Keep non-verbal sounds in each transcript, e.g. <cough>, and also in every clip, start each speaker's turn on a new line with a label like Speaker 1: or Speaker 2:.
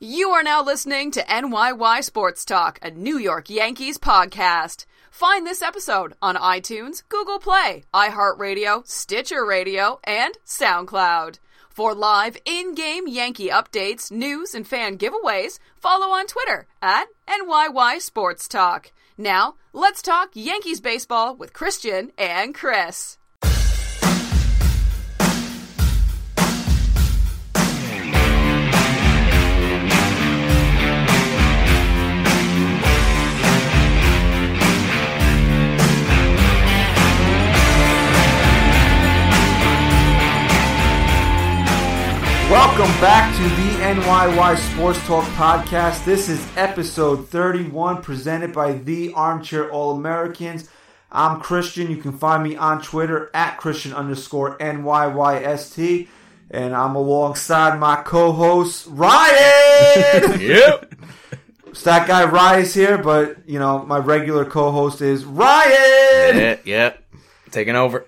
Speaker 1: You are now listening to NYY Sports Talk, a New York Yankees podcast. Find this episode on iTunes, Google Play, iHeartRadio, Stitcher Radio, and SoundCloud. For live in game Yankee updates, news, and fan giveaways, follow on Twitter at NYY Sports Talk. Now, let's talk Yankees baseball with Christian and Chris.
Speaker 2: Welcome back to the NYY Sports Talk podcast. This is episode 31 presented by the Armchair All Americans. I'm Christian. You can find me on Twitter at Christian underscore NYYST. And I'm alongside my co host,
Speaker 3: <laughs>
Speaker 2: Ryan.
Speaker 4: <laughs>
Speaker 5: Yep.
Speaker 2: Stat guy Ryan is here, but, you know, my regular co host is Ryan.
Speaker 5: yep. Yep. Taking over.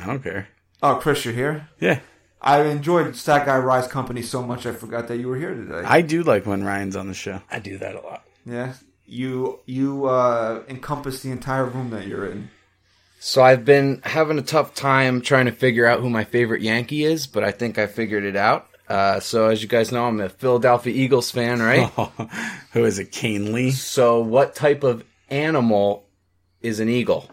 Speaker 5: I don't care.
Speaker 2: Oh, Chris, you're here?
Speaker 5: Yeah.
Speaker 2: I enjoyed Stat Guy Rye's company so much I forgot that you were here today.
Speaker 3: I do like when Ryan's on the show.
Speaker 5: I do that a lot.
Speaker 2: Yeah, you you uh, encompass the entire room that you're in.
Speaker 4: So I've been having a tough time trying to figure out who my favorite Yankee is, but I think I figured it out. Uh, so as you guys know, I'm a Philadelphia Eagles fan, <laughs> right?
Speaker 3: <laughs> Who is it? Kane Lee?
Speaker 4: so what type of animal is an eagle?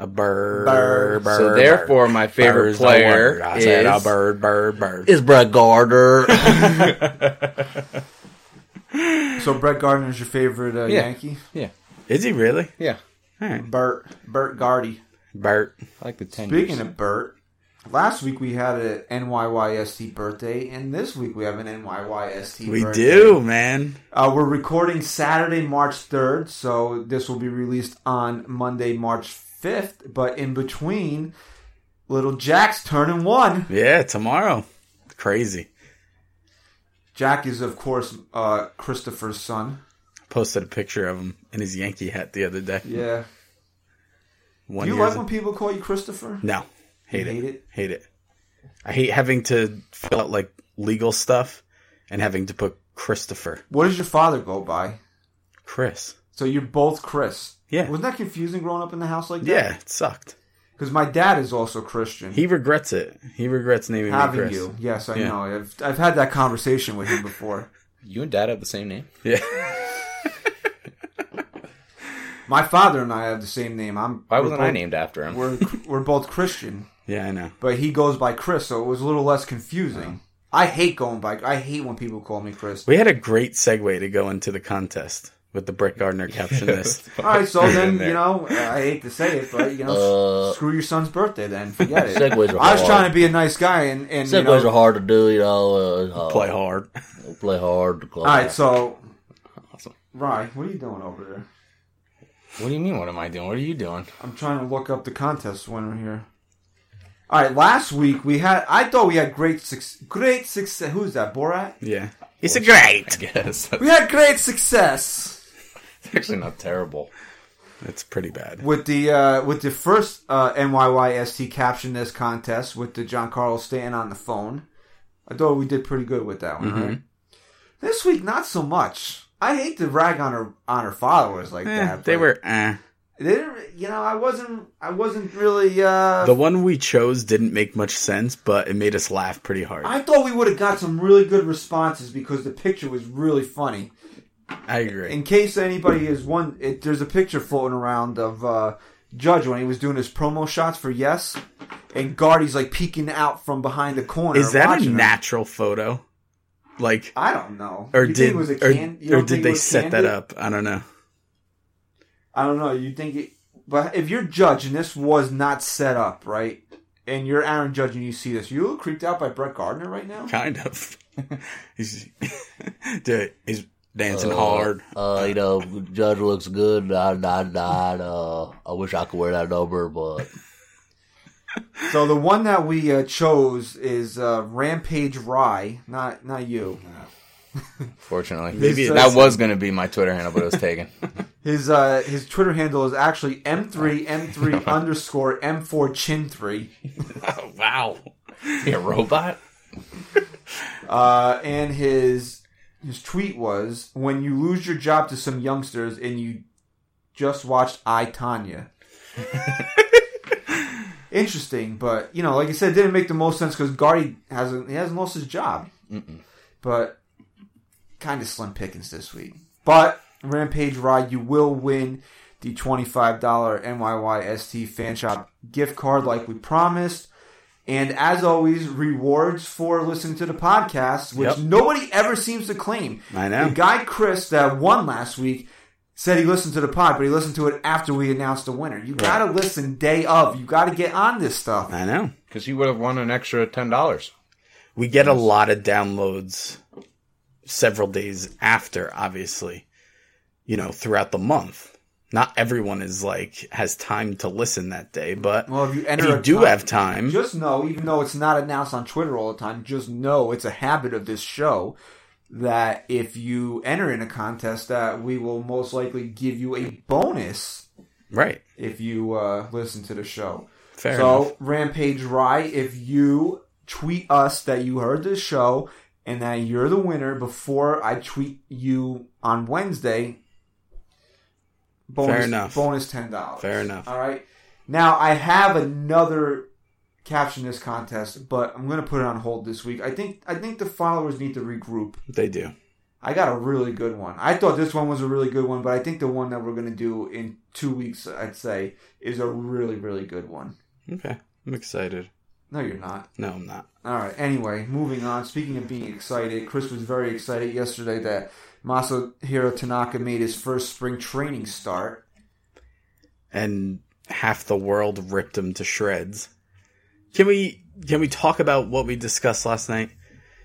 Speaker 3: A bird.
Speaker 2: Bird.
Speaker 3: bird,
Speaker 4: So therefore, my favorite
Speaker 3: Bird's the
Speaker 4: player
Speaker 3: word. I said
Speaker 4: is-
Speaker 3: a bird, bird, bird.
Speaker 4: Is Brett Gardner?
Speaker 2: So Brett Gardner is your favorite uh, Yankee?
Speaker 4: yeah,
Speaker 3: Is he really?
Speaker 4: yeah.
Speaker 2: Bert Bert Gardy.
Speaker 3: Bert.
Speaker 4: I like the ten.
Speaker 2: Speaking of Bert, last week we had a NYYST birthday, and this week we have an NYYST.
Speaker 3: We
Speaker 2: birthday.
Speaker 3: do, man.
Speaker 2: Uh, we're recording Saturday, March 3rd, so this will be released on Monday, March 5th. But in between, little Jack's turning one.
Speaker 3: Yeah, tomorrow. Crazy.
Speaker 2: Jack is, of course, uh, Christopher's son.
Speaker 3: Posted a picture of him in his Yankee hat the other day.
Speaker 2: Yeah.
Speaker 3: One
Speaker 2: Do you
Speaker 3: year
Speaker 2: like
Speaker 3: old.
Speaker 2: when people call you Christopher?
Speaker 3: No. Hate,
Speaker 2: You
Speaker 3: it.
Speaker 2: hate it?
Speaker 3: Hate it. I hate having to fill out like legal stuff and having to put Christopher.
Speaker 2: What does your father go by?
Speaker 3: Chris.
Speaker 2: So you're both Chris.
Speaker 3: Yeah.
Speaker 2: Wasn't that confusing growing up in the house like that?
Speaker 3: Yeah, it sucked.
Speaker 2: Because my dad is also Christian.
Speaker 3: He regrets it. He regrets naming me
Speaker 2: having
Speaker 3: Chris.
Speaker 2: you. Yes, I
Speaker 3: Yeah.
Speaker 2: know. I've, I've had that conversation with him before.
Speaker 4: <laughs>
Speaker 2: <laughs>
Speaker 4: You and Dad have the same name.
Speaker 3: <laughs> Yeah.
Speaker 2: my father and I have the same name. I'm.
Speaker 4: Why
Speaker 2: we're
Speaker 4: wasn't
Speaker 2: both-
Speaker 4: I named after
Speaker 2: <laughs>
Speaker 4: him?
Speaker 2: We're we're both Christian,
Speaker 3: Yeah, I know.
Speaker 2: but he goes by Chris, so it was a little less confusing. I hate going by. I hate when people call me Chris.
Speaker 3: We had a great segue to go into the contest with the Brett Gardner
Speaker 2: <laughs>
Speaker 3: captionist.
Speaker 2: All right, so then
Speaker 3: there.
Speaker 2: you know I hate to say it, but you know, s- screw your son's birthday. Then forget it.
Speaker 4: Segues are
Speaker 2: I was
Speaker 4: hard.
Speaker 2: trying to be a nice guy, and and you know,
Speaker 4: Segues are hard to do, you know. Uh,
Speaker 3: Play hard.
Speaker 4: hard. Play hard.
Speaker 2: All right, so, Rye, what are you doing over there?
Speaker 4: What do you mean? What am I doing? What are you doing?
Speaker 2: I'm trying to look up the contest winner here. All right, last week we had. I thought we had great success. Great success. Who's that? Borat.
Speaker 3: Yeah. He's a great.
Speaker 4: Yes, that's
Speaker 2: We had great success
Speaker 4: actually not terrible.
Speaker 3: That's pretty bad.
Speaker 2: with the uh, with the first uh, NYYST caption this contest with the John Carlos Stanton on the phone. I thought we did pretty good with that one.
Speaker 3: Mm-hmm.
Speaker 2: Right. This week, not so much. I hate to rag on her on her followers like
Speaker 3: Eh,
Speaker 2: that.
Speaker 3: they
Speaker 2: but
Speaker 3: were. Eh.
Speaker 2: They didn't. You know, I wasn't. I wasn't really. Uh,
Speaker 3: The one we chose didn't make much sense, but it made us laugh pretty hard. I,
Speaker 2: I thought we would have got some really good responses because the picture was really funny.
Speaker 3: agree.
Speaker 2: In case anybody is one, it, there's a picture floating around of uh, Judge when he was doing his promo shots for Yes, and Guardy's like peeking out from behind the corner.
Speaker 3: Is that a
Speaker 2: watching him.
Speaker 3: natural photo? Like,
Speaker 2: I don't know.
Speaker 3: or
Speaker 2: You think
Speaker 3: did
Speaker 2: it was a
Speaker 3: or-
Speaker 2: can- you
Speaker 3: or,
Speaker 2: don't think
Speaker 3: did
Speaker 2: it
Speaker 3: they
Speaker 2: was
Speaker 3: set that
Speaker 2: candid?
Speaker 3: up? I don't know. <laughs>
Speaker 2: I don't know. You think it, but if you're Judge and this was not set up right, and you're Aaron Judge and you see this, you look creeped out by Brett Gardner right now.
Speaker 3: Kind of. <laughs> he's <laughs> dude, he's dancing
Speaker 6: <laughs>
Speaker 3: hard.
Speaker 6: Uh, you know, judge looks good. Nine nine nine. Uh, I wish I could wear that number, but
Speaker 2: So the one that we uh, chose is uh, Rampage Rye, not not you.
Speaker 4: Fortunately,
Speaker 2: Maybe it's-
Speaker 4: that was going to be my Twitter handle, but it was taken. <laughs>
Speaker 2: His uh, his Twitter handle is actually M3 M3 underscore M4 Chin three.
Speaker 3: Oh, wow.
Speaker 4: Be a robot?
Speaker 2: Uh, and his his tweet was, "When you lose your job to some youngsters and you just watched I
Speaker 3: <laughs>
Speaker 2: Tanya." Interesting, but you know, like I said, it didn't make the most sense because Guardy hasn't he hasn't lost his job, but kind of slim pickings this week. But Rampage Ride, you will win the twenty five dollar NYYST Fan Shop gift card, like we promised. And as always, rewards for listening to the podcast, which
Speaker 3: Yep.
Speaker 2: nobody ever seems to claim.
Speaker 3: I know.
Speaker 2: The guy Chris that won last week said he listened to the pod, but he listened to it after we announced the winner. You gotta listen day of. You gotta get on this stuff.
Speaker 3: I know.
Speaker 4: Because you would have won an extra ten dollars.
Speaker 3: We get a lot of downloads several days after, obviously, you know, throughout the month. Not everyone is like has time to listen that day, but
Speaker 2: Well, if you
Speaker 3: if
Speaker 2: enter,
Speaker 3: you
Speaker 2: a
Speaker 3: do
Speaker 2: con-
Speaker 3: have time,
Speaker 2: just know, even though it's not announced on Twitter all the time, just know it's a habit of this show that if you enter in a contest, that we will most likely give you a bonus
Speaker 3: right?
Speaker 2: if you uh, listen to the show.
Speaker 3: Fair
Speaker 2: so,
Speaker 3: enough.
Speaker 2: Rampage Rye, if you tweet us that you heard this show and that you're the winner before I tweet you on Wednesday, bonus,
Speaker 3: enough.
Speaker 2: bonus $10.
Speaker 3: Fair enough.
Speaker 2: All right. Now, I have another caption this contest, but I'm going to put it on hold this week. I think I think the followers need to regroup.
Speaker 3: They do.
Speaker 2: I got a really good one. I thought this one was a really good one, but I think the one that we're going to do in two weeks, I'd say, is a really, really good one.
Speaker 3: Okay. I'm excited.
Speaker 2: No, you're not.
Speaker 3: No, I'm not.
Speaker 2: All right. Anyway, moving on. Speaking of being excited, Chris was very excited yesterday that Masahiro Tanaka made his first spring training start.
Speaker 3: and half the world ripped him to shreds. Can we can we talk about what we discussed last night?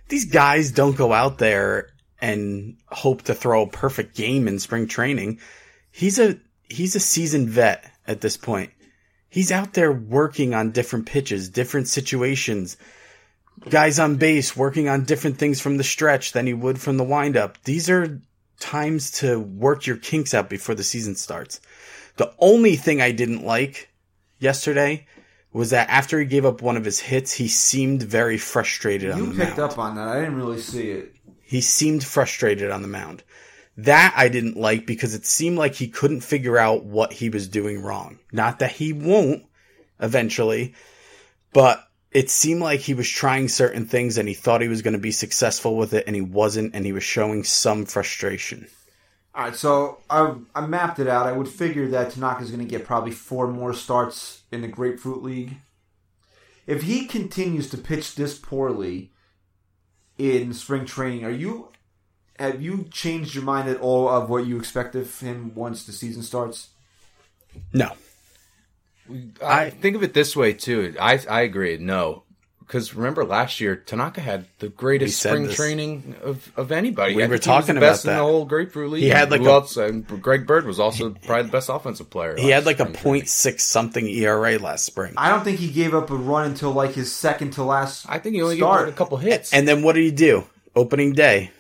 Speaker 3: These guys don't go out there and hope to throw a perfect game in spring training. He's a he's a seasoned vet at this point. He's out there working on different pitches, different situations. Guys on base working on different things from the stretch than he would from the windup. These are times to work your kinks out before the season starts. The only thing I didn't like yesterday was that after he gave up one of his hits, he seemed very frustrated on
Speaker 2: you
Speaker 3: the
Speaker 2: picked
Speaker 3: mound.
Speaker 2: up on that. I didn't really see it.
Speaker 3: He seemed frustrated on the mound. That I didn't like because it seemed like he couldn't figure out what he was doing wrong. Not that he won't eventually, but it seemed like he was trying certain things and he thought he was going to be successful with it and he wasn't and he was showing some frustration.
Speaker 2: All right, so I, I mapped it out. I would figure that Tanaka's going to get probably four more starts in the Grapefruit League. If he continues to pitch this poorly in spring training, are you have you changed your mind at all of what you expect of him once the season starts?
Speaker 3: No.
Speaker 4: I think of it this way too. I I agree. No, because remember last year Tanaka had the greatest
Speaker 3: said
Speaker 4: spring
Speaker 3: this.
Speaker 4: training of, of anybody.
Speaker 3: We
Speaker 4: I
Speaker 3: were
Speaker 4: think he was
Speaker 3: talking
Speaker 4: the
Speaker 3: about
Speaker 4: best in
Speaker 3: that.
Speaker 4: the whole grapefruit league.
Speaker 3: He had, like,
Speaker 4: Who
Speaker 3: a-
Speaker 4: else? And Greg Bird was also probably the best offensive player.
Speaker 3: He had
Speaker 4: last
Speaker 3: like a
Speaker 4: spring training.
Speaker 3: point six something ERA last spring.
Speaker 2: I don't think he gave up a run until like his second to last.
Speaker 4: I think he only
Speaker 2: start.
Speaker 4: got a couple hits.
Speaker 3: And then what did he do? Opening day.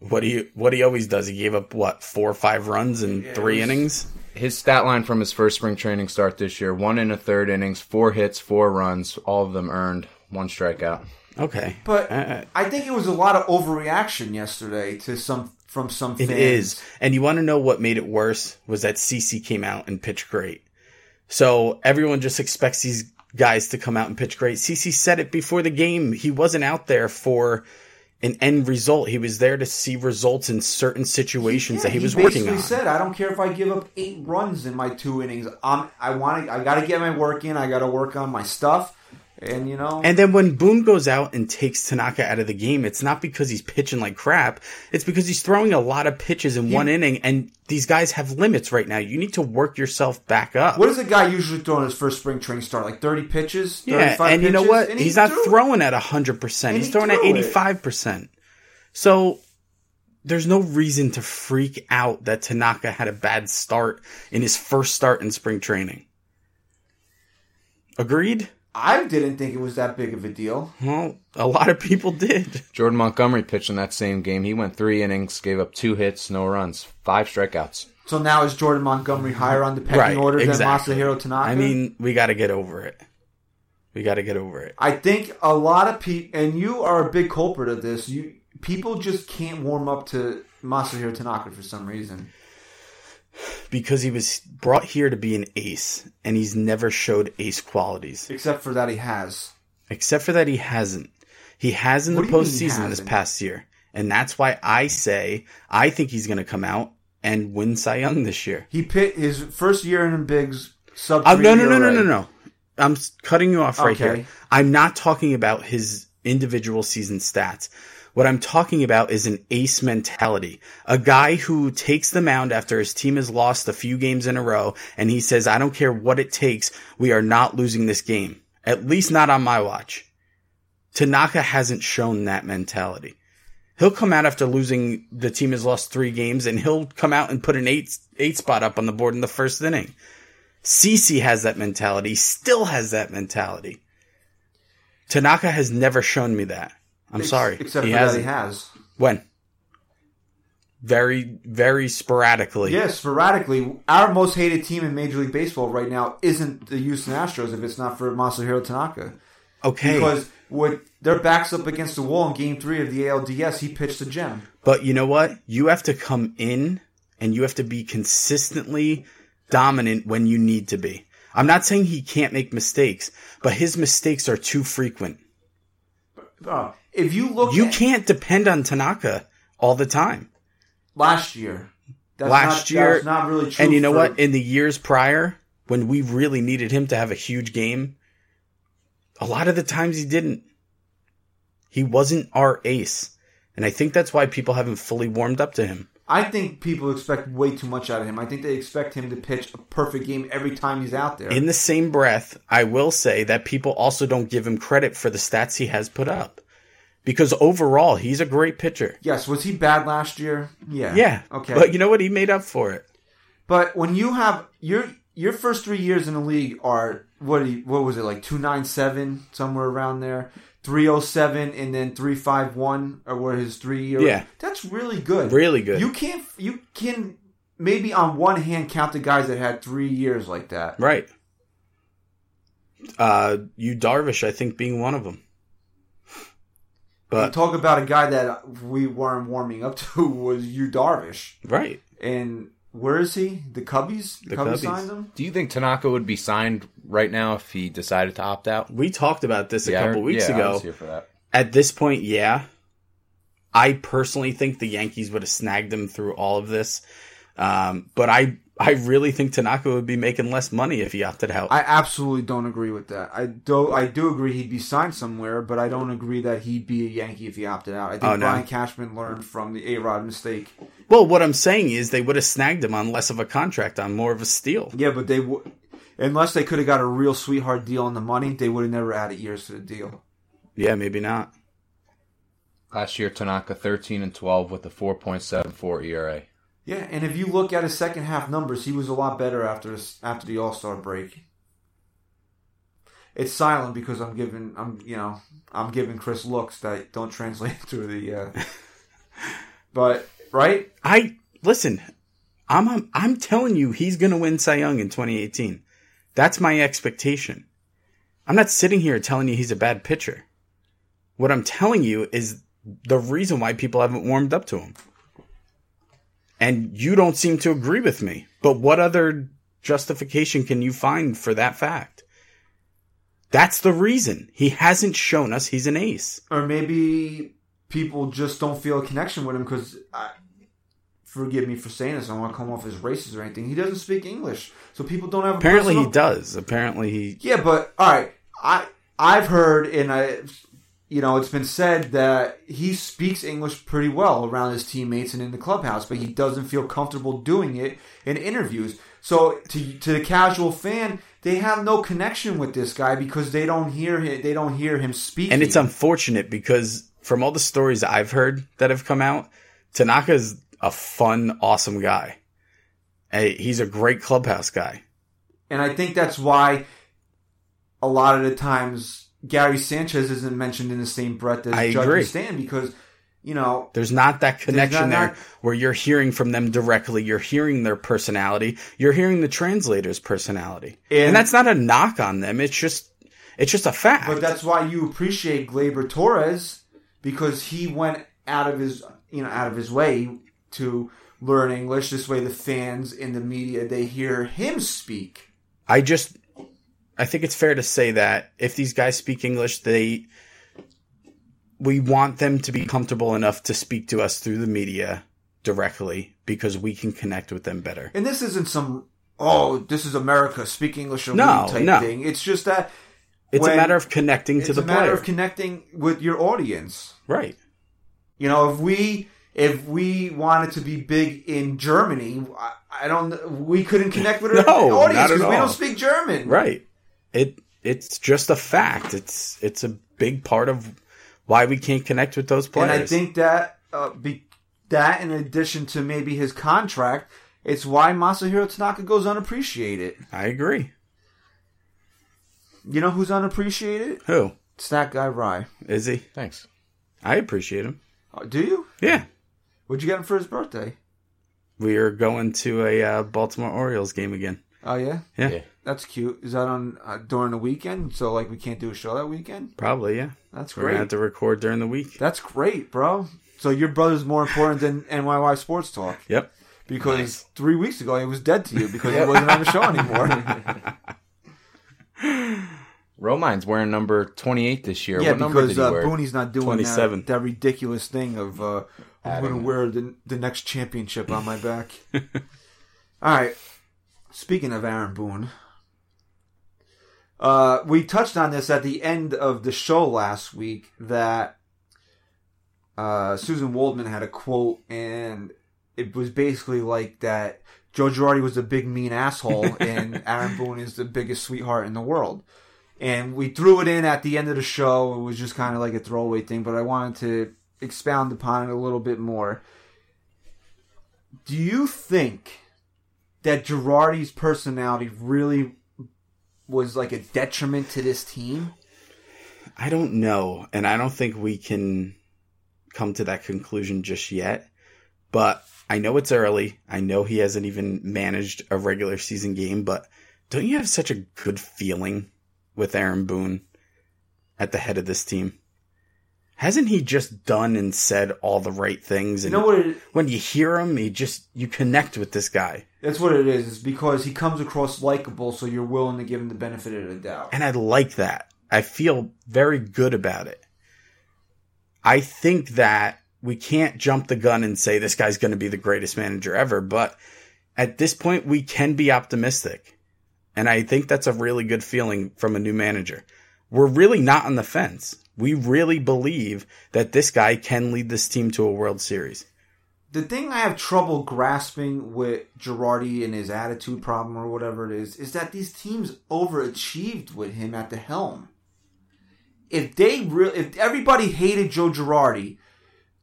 Speaker 3: What do you what he always does? He gave up what four or five runs in three innings.
Speaker 4: his stat line from his first spring training start this year: one and a third innings, four hits, four runs, all of them earned, one strikeout.
Speaker 3: Okay,
Speaker 2: But
Speaker 3: Uh,
Speaker 2: I think it was a lot of overreaction yesterday to some from some
Speaker 3: it
Speaker 2: fans.
Speaker 3: is. And you want to know what made it worse was that CC came out and pitched great. So everyone just expects these guys to come out and pitch great. CC said it before the game. He wasn't out there for an end result. He was there to see results in certain situations that he, was working
Speaker 2: basically
Speaker 3: on.
Speaker 2: said, "I don't care if I give up eight runs in my two innings. I'm, I want to. I got to get my work in. I got to work on my stuff. And you know,
Speaker 3: And then when Boone goes out and takes Tanaka out of the game, it's not because he's pitching like crap. It's because he's throwing a lot of pitches in one inning, and these guys have limits right now. You need to work yourself back up.
Speaker 2: what does a guy usually throw in his first spring training start? Like thirty pitches,
Speaker 3: yeah,
Speaker 2: 35
Speaker 3: and you know
Speaker 2: pitches?
Speaker 3: what?
Speaker 2: And he
Speaker 3: he's not
Speaker 2: threw-
Speaker 3: throwing at hundred percent.
Speaker 2: and
Speaker 3: He's
Speaker 2: he
Speaker 3: throwing at
Speaker 2: threw it.
Speaker 3: eighty-five percent. So there's no reason to freak out that Tanaka had a bad start in his first start in spring training. Agreed?
Speaker 2: I didn't think it was that big of a deal.
Speaker 3: Well, a lot of people did.
Speaker 4: Jordan Montgomery pitched in that same game. He went three innings, gave up two hits, no runs, five strikeouts.
Speaker 2: So now is Jordan Montgomery higher on the pecking order than Masahiro Tanaka?
Speaker 3: I mean, we got to get over it. We got to get over it.
Speaker 2: I think a lot of people, and you are a big culprit of this. You people just can't warm up to Masahiro Tanaka for some reason.
Speaker 3: Because he was brought here to be an ace, and he's never showed ace qualities.
Speaker 2: Except for that, he has.
Speaker 3: Except for that, he hasn't. He has in the
Speaker 2: What do you mean he
Speaker 3: postseason this
Speaker 2: hasn't?
Speaker 3: past year. And that's why I say I think he's going to come out and win Cy Young this year.
Speaker 2: He pit his first year in the bigs sub.
Speaker 3: Uh, no, no,
Speaker 2: three
Speaker 3: no, no,
Speaker 2: ERA.
Speaker 3: no, no. I'm s- cutting you off right
Speaker 2: Okay.
Speaker 3: here. I'm not talking about his individual season stats. What I'm talking about is an ace mentality. A guy who takes the mound after his team has lost a few games in a row and he says, I don't care what it takes. We are not losing this game. At least not on my watch. Tanaka hasn't shown that mentality. He'll come out after losing the team has lost three games and he'll come out and put an eight, eight spot up on the board in the first inning. Cece has that mentality, still has that mentality. Tanaka has never shown me that. I'm
Speaker 2: Ex-
Speaker 3: sorry.
Speaker 2: Except
Speaker 3: he
Speaker 2: for that,
Speaker 3: hasn't.
Speaker 2: he has.
Speaker 3: When? Very, very sporadically.
Speaker 2: Yeah, sporadically. Our most hated team in Major League Baseball right now isn't the Houston Astros if it's not for Masahiro Tanaka.
Speaker 3: Okay.
Speaker 2: Because with their backs up against the wall in Game Three of the ALDS, he pitched a gem.
Speaker 3: But you know what? You have to come in and you have to be consistently dominant when you need to be. I'm not saying he can't make mistakes, but his mistakes are too frequent.
Speaker 2: Uh, if you look,
Speaker 3: You
Speaker 2: at
Speaker 3: can't depend on Tanaka all the time.
Speaker 2: last year. That's
Speaker 3: Last
Speaker 2: not,
Speaker 3: year,
Speaker 2: that's not really true.
Speaker 3: And you know
Speaker 2: for-
Speaker 3: what? In the years prior, when we really needed him to have a huge game, a lot of the times he didn't. He wasn't our ace. And I think that's why people haven't fully warmed up to him.
Speaker 2: I think people expect way too much out of him. I think they expect him to pitch a perfect game every time he's out there.
Speaker 3: In the same breath, I will say that people also don't give him credit for the stats he has put up. Because overall, he's a great pitcher.
Speaker 2: yes, was he bad last year? Yeah.
Speaker 3: Yeah.
Speaker 2: Okay.
Speaker 3: But you know what? He made up for it.
Speaker 2: But when you have your your first three years in the league are what do you- what was it like two nine seven somewhere around there. 307 and then 351 or were his three year
Speaker 3: Yeah.
Speaker 2: that's really good
Speaker 3: Really good.
Speaker 2: you can't you can maybe on one hand count the guys that had three years like that
Speaker 3: Right. Uh, you Darvish, I think, being one of them.
Speaker 2: You
Speaker 3: But
Speaker 2: talk about a guy that we weren't warming up to <laughs> was Yu Darvish.
Speaker 3: right,
Speaker 2: And where is he? The Cubbies? The,
Speaker 3: The
Speaker 2: Cubbies,
Speaker 3: Cubbies.
Speaker 2: signed him?
Speaker 4: Do you think Tanaka would be signed right now if he decided to opt out?
Speaker 3: we talked about this a
Speaker 4: Yeah, I
Speaker 3: couple
Speaker 4: heard-
Speaker 3: weeks
Speaker 4: yeah, I was
Speaker 3: ago.
Speaker 4: here for that.
Speaker 3: At this point, yeah, I personally think the Yankees would have snagged him through all of this. Um, but I, I really think Tanaka would be making less money if he opted out.
Speaker 2: I absolutely don't agree with that. I do I do agree he'd be signed somewhere, but I don't agree that he'd be a Yankee if he opted out. I think
Speaker 3: Oh, no.
Speaker 2: Brian Cashman learned from the A Rod mistake.
Speaker 3: well, what I'm saying is they would have snagged him on less of a contract, on more of a steal.
Speaker 2: Yeah, but they w- unless they could have got a real sweetheart deal on the money, they would have never added years to the deal.
Speaker 3: Yeah, maybe not.
Speaker 4: Last year, Tanaka 13 and 12 with a 4.74 ERA.
Speaker 2: Yeah, and if you look at his second half numbers, he was a lot better after this, after the All Star break. It's silent because I'm giving I'm you know I'm giving Chris looks that don't translate <laughs> to the.
Speaker 3: <laughs>
Speaker 2: Uh, but right,
Speaker 3: I listen. I'm, I'm I'm telling you, he's going to win Cy Young in 2018. That's my expectation. I'm not sitting here telling you he's a bad pitcher. What I'm telling you is the reason why people haven't warmed up to him. And you don't seem to agree with me. But what other justification can you find for that fact? That's the reason. He hasn't shown us he's an ace.
Speaker 2: or maybe people just don't feel a connection with him because I. Forgive me for saying this. I don't want to come off as racist or anything. He doesn't speak English, so people don't have. A
Speaker 3: Apparently he
Speaker 2: personal-
Speaker 3: does. Apparently he
Speaker 2: Yeah, but all right, I I've heard and I, you know, it's been said that he speaks English pretty well around his teammates and in the clubhouse, but he doesn't feel comfortable doing it in interviews. So to to the casual fan, they have no connection with this guy because they don't hear him. They don't hear him speak.
Speaker 3: And it's unfortunate because from all the stories I've heard that have come out, Tanaka's a fun, awesome guy. Hey, he's a great clubhouse guy.
Speaker 2: And I think that's why a lot of the times Gary Sanchez isn't mentioned in the same breath as
Speaker 3: I
Speaker 2: Judge
Speaker 3: agree.
Speaker 2: and Stan because, you know,
Speaker 3: There's not that
Speaker 2: not-
Speaker 3: connection there where you're hearing from them directly. You're hearing their personality. You're hearing the translator's personality. And,
Speaker 2: And-
Speaker 3: that's not a knock on them. It's just it's just a fact.
Speaker 2: but that's why you appreciate Glaber Torres because he went out of his you know out of his way to learn English. This way, the fans in the media they hear him speak.
Speaker 3: I just I think it's fair to say that if these guys speak English, they we want them to be comfortable enough to speak to us through the media directly because we can connect with them better.
Speaker 2: And this isn't some oh this is America speak English or
Speaker 3: No,
Speaker 2: me type
Speaker 3: no.
Speaker 2: thing. It's just that
Speaker 3: It's
Speaker 2: when-
Speaker 3: a matter of connecting
Speaker 2: it's
Speaker 3: to the
Speaker 2: a matter
Speaker 3: player.
Speaker 2: of connecting with your audience.
Speaker 3: right.
Speaker 2: You know, if we if we wanted to be big in Germany, I, I don't. We couldn't connect with our
Speaker 3: <laughs> No,
Speaker 2: audience
Speaker 3: not at
Speaker 2: because we
Speaker 3: all.
Speaker 2: don't speak German.
Speaker 3: Right. It it's just a fact. It's it's a big part of why we can't connect with those players.
Speaker 2: And I think that uh, be, that in addition to maybe his contract, it's why Masahiro Tanaka goes unappreciated.
Speaker 3: I agree.
Speaker 2: You know who's unappreciated?
Speaker 3: Who
Speaker 2: It's that guy Rai.
Speaker 3: is he?
Speaker 4: Thanks.
Speaker 3: I appreciate him.
Speaker 2: Oh, do you?
Speaker 3: Yeah.
Speaker 2: What'd you get him for his birthday?
Speaker 3: We are going to a uh, Baltimore Orioles game again.
Speaker 2: Oh yeah,
Speaker 3: Yeah,
Speaker 4: Yeah.
Speaker 2: that's cute. Is that on uh, during the weekend? So like we can't do a show that weekend.
Speaker 3: probably. Yeah,
Speaker 2: That's
Speaker 3: we're gonna
Speaker 2: great.
Speaker 3: have to record during the week.
Speaker 2: That's great, bro. So your brother's more important than NYY Sports
Speaker 3: <laughs>
Speaker 2: Talk
Speaker 3: Yep.
Speaker 2: because three weeks ago he was dead to you because
Speaker 3: <laughs>
Speaker 2: he wasn't on the show anymore.
Speaker 4: Romine's wearing number 28 this year.
Speaker 2: yeah,
Speaker 4: what number did
Speaker 2: because
Speaker 4: he
Speaker 2: uh,
Speaker 4: wear?
Speaker 2: Booney's not doing that,
Speaker 3: 27.
Speaker 2: that ridiculous thing of uh, I'm going to wear the, the next championship on my back. <laughs> All right. Speaking of Aaron Boone, uh, we touched on this at the end of the show last week that uh, Susan Waldman had a quote, and it was basically like that Joe Girardi was a big mean
Speaker 4: <laughs>
Speaker 2: asshole, and Aaron Boone is the biggest sweetheart in the world. And we threw it in at the end of the show. It was just kind of like a throwaway thing, but I wanted to expound upon it a little bit more. Do you think that Girardi's personality really was like a detriment to this team?
Speaker 3: I don't know, and I don't think we can come to that conclusion just yet. But I know it's early. I know he hasn't even managed a regular season game, but don't you have such a good feeling with Aaron Boone at the head of this team? Hasn't he just done and said all the right things?
Speaker 2: You
Speaker 3: And
Speaker 2: know what? It,
Speaker 3: when you hear him, you just you connect with this guy.
Speaker 2: that's what it is. It's because he comes across likable, so you're willing to give him the benefit of the doubt.
Speaker 3: and I like that. I feel very good about it. I think that we can't jump the gun and say this guy's going to be the greatest manager ever, but at this point, we can be optimistic. And I think that's a really good feeling from a new manager. We're really not on the fence. We really believe that this guy can lead this team to a World Series.
Speaker 2: the thing I have trouble grasping with Girardi and his attitude problem or whatever it is, is that these teams overachieved with him at the helm. If they really, if everybody hated Joe Girardi,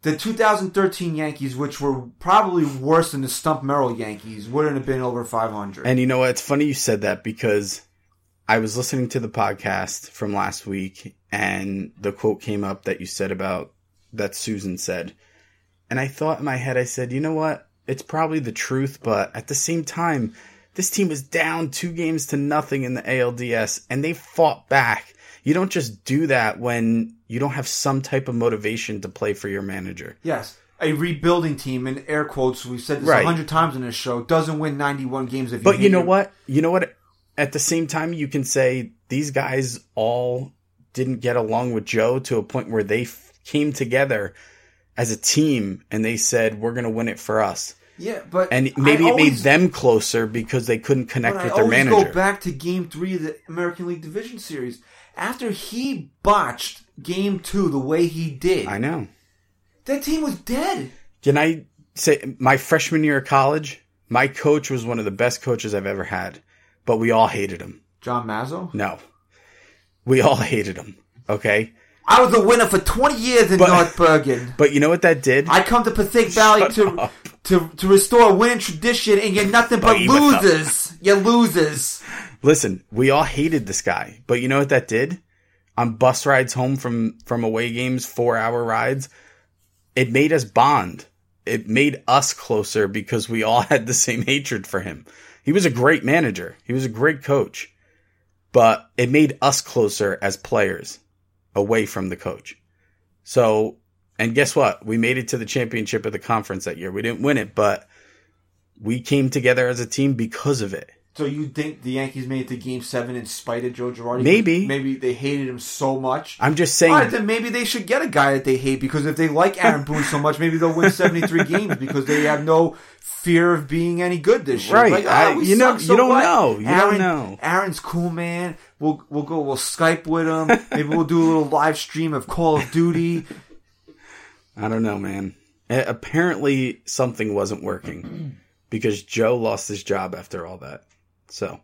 Speaker 2: the 2013 Yankees, which were probably worse than the Stump Merrill Yankees, wouldn't have been over 500.
Speaker 3: And you know what? It's funny you said that because I was listening to the podcast from last week and the quote came up that you said about that Susan said. And I thought in my head, I said, you know what? It's probably the truth, but at the same time, this team was down two games to nothing in the ALDS and they fought back. You don't just do that when you don't have some type of motivation to play for your manager.
Speaker 2: yes, a rebuilding team, in air quotes, we've said this a
Speaker 3: Right.
Speaker 2: 100 times in this show, doesn't win 91 games if you
Speaker 3: But you
Speaker 2: hate
Speaker 3: know
Speaker 2: your-
Speaker 3: what? You know what? At the same time, you can say these guys all didn't get along with Joe to a point where they f- came together as a team and they said, "We're going to win it for us."
Speaker 2: Yeah, but.
Speaker 3: And
Speaker 2: I
Speaker 3: maybe it made
Speaker 2: always-
Speaker 3: them closer because they couldn't connect
Speaker 2: But
Speaker 3: with
Speaker 2: I
Speaker 3: their
Speaker 2: always
Speaker 3: manager.
Speaker 2: go back to Game Three of the American League Division Series. After he botched Game Two the way he did,
Speaker 3: I know.
Speaker 2: that team was dead.
Speaker 3: Can I say my freshman year of college, my coach was one of the best coaches I've ever had, but we all hated him.
Speaker 2: John Mazzo.
Speaker 3: <laughs> No. We all hated him. Okay.
Speaker 2: I was a winner for 20 years in
Speaker 3: But-
Speaker 2: North Bergen.
Speaker 3: But you know what that did?
Speaker 2: I come to Pacific Valley
Speaker 3: <laughs> Shut
Speaker 2: to,
Speaker 3: up.
Speaker 2: to to restore winning tradition, and you're nothing but
Speaker 3: Buddy, what's up?
Speaker 2: losers. You're losers.
Speaker 3: Listen, we all hated this guy, but you know what that did? On bus rides home from from away games, four hour rides, it made us bond. It made us closer because we all <laughs> had the same hatred for him. He was a great manager. He was a great coach, but it made us closer as players away from the coach. So, and guess what? We made it to the championship of the conference that year. We didn't win it, but we came together as a team because of it.
Speaker 2: So you think the Yankees made it to Game Seven in spite of Joe Girardi?
Speaker 3: Maybe.
Speaker 2: maybe they hated him so much.
Speaker 3: I'm just saying.
Speaker 2: All right, then maybe they should get a guy that they hate because if they like
Speaker 3: <laughs>
Speaker 2: Aaron Boone so much, maybe they'll win 73 games because they have no fear of being any good this year.
Speaker 3: Right.
Speaker 2: Like,
Speaker 3: I-
Speaker 2: ah, we
Speaker 3: you know-
Speaker 2: suck,
Speaker 3: you
Speaker 2: so
Speaker 3: don't
Speaker 2: what?
Speaker 3: know. You don't
Speaker 2: Aaron,
Speaker 3: know.
Speaker 2: Aaron's cool, man. We'll we'll go. We'll Skype with
Speaker 3: <laughs>
Speaker 2: him. Maybe we'll do a little live stream of Call of Duty.
Speaker 3: I don't know, man. A- apparently, something wasn't working because Joe lost his job after all that. So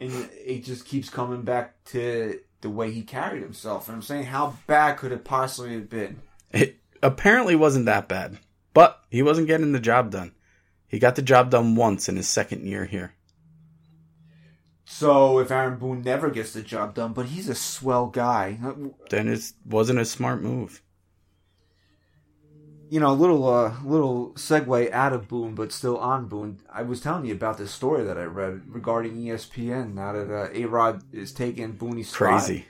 Speaker 2: and it just keeps coming back to the way he carried himself. And I'm saying, how bad could it possibly have been?
Speaker 3: it apparently wasn't that bad, but he wasn't getting the job done. He got the job done once in his second year here.
Speaker 2: So if Aaron Boone never gets the job done, but he's a swell guy.
Speaker 3: Then it wasn't a smart move.
Speaker 2: You know, a little uh, little segue out of Boone, but still on Boone. I was telling you about this story that I read regarding E ESPN. Now that uh, A Rod is taking Boone's spot.
Speaker 3: Crazy.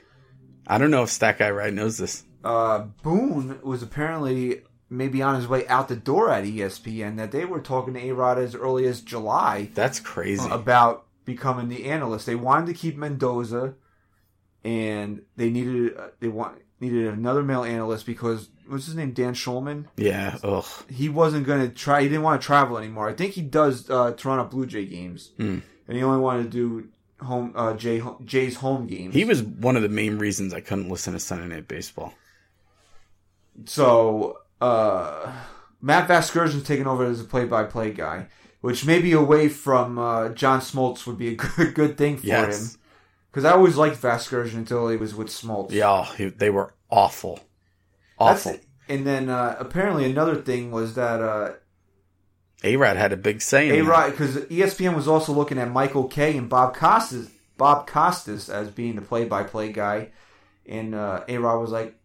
Speaker 3: I don't know if Stack Guy Right knows this.
Speaker 2: uh, Boone was apparently maybe on his way out the door at E ESPN. That they were talking to A Rod as early as July.
Speaker 3: That's crazy.
Speaker 2: about becoming the analyst. They wanted to keep Mendoza, and they needed uh, they want needed another male analyst because what's his name Dan Schulman.
Speaker 3: yeah. Ugh.
Speaker 2: He wasn't going to try. He didn't want to travel anymore. I think he does uh, Toronto Blue Jay games,
Speaker 3: Hmm.
Speaker 2: and he only wanted to do home uh, Jay Jay's home games.
Speaker 3: He was one of the main reasons I couldn't listen to Sunday Night Baseball.
Speaker 2: So uh, Matt Vasgersian's taking over as a play-by-play guy, which maybe away from uh, John Smoltz would be a <laughs> good, good thing for him.
Speaker 3: Yes.
Speaker 2: Because I always liked Vasgersian until he was with Smoltz.
Speaker 3: Yeah. he- They were awful.
Speaker 2: That's-
Speaker 3: Awful.
Speaker 2: And then uh, apparently another thing was that uh,
Speaker 3: A Rod had a big say
Speaker 2: A
Speaker 3: in
Speaker 2: Rod, because ESPN was also looking at Michael Kay and Bob Costas, Bob Costas as being the play-by-play guy, and uh, A Rod was like,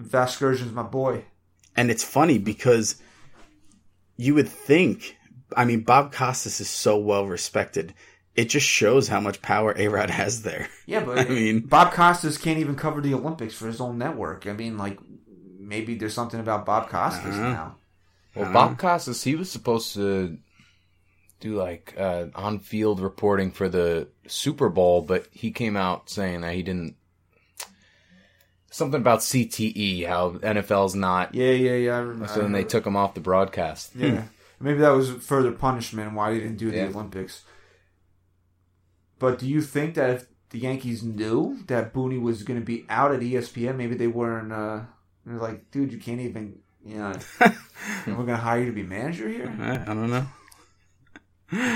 Speaker 2: "Vasgersian's my boy."
Speaker 3: it. And it's funny because you would think, I mean, Bob Costas is so well respected. It just shows how much power A Rod has there. <laughs>
Speaker 2: Yeah, but
Speaker 3: I mean-
Speaker 2: Bob Costas can't even cover the Olympics for his own network. I mean, like maybe there's something about Bob Costas
Speaker 3: Uh-huh.
Speaker 2: now.
Speaker 4: Well, Bob Costas, he was supposed to do like uh, on-field reporting for the Super Bowl, but he came out saying that he didn't. Something about CTE, how NFL's not.
Speaker 2: Yeah, yeah, yeah. I remember.
Speaker 4: So then they took him off the broadcast.
Speaker 3: Hmm.
Speaker 2: Yeah. Maybe that was further punishment why they didn't do the
Speaker 4: Yeah.
Speaker 2: Olympics. But do you think that if the Yankees knew that Booney was going to be out at E ESPN, maybe they weren't uh, they're like, dude, you can't even, you
Speaker 3: <laughs>
Speaker 2: know, we're going to hire you to be manager here?
Speaker 3: I I don't know.
Speaker 2: All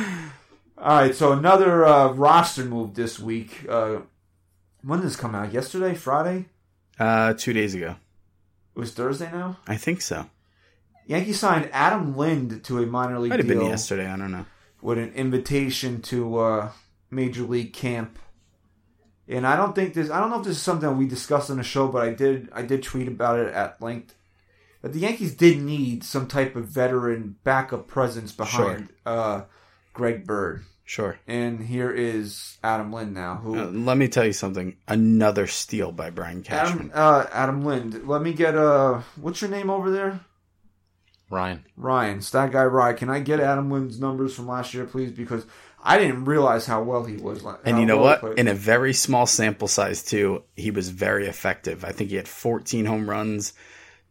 Speaker 2: right, so another uh, roster move this week. Uh, when did this come out? Yesterday? Friday?
Speaker 3: Uh, two days ago.
Speaker 2: It was Thursday now?
Speaker 3: I think so.
Speaker 2: Yankees signed Adam Lind to a minor league
Speaker 3: Might have
Speaker 2: deal.
Speaker 3: been yesterday. I don't know.
Speaker 2: with an invitation to uh, major league camp. And I don't think this. I don't know if this is something we discussed on the show, but I did. I did tweet about it at length. But the Yankees did need some type of veteran backup presence behind uh, Greg Bird,
Speaker 3: Sure.
Speaker 2: and here is Adam Lynn now. Who
Speaker 3: Uh, let me tell you something. Another steal by Brian
Speaker 2: Adam
Speaker 3: Cashman.
Speaker 2: uh, Adam Lynn? Let me get uh, what's your name over there?
Speaker 4: Ryan,
Speaker 2: Ryan, stat guy Ryan. Can I get Adam Lynn's numbers from last year, please? Because I didn't realize how well he was. la-
Speaker 3: and
Speaker 2: how
Speaker 3: you know
Speaker 2: well he
Speaker 3: what?
Speaker 2: played.
Speaker 3: In a very small sample size, too, he was very effective. I think he had 14 home runs,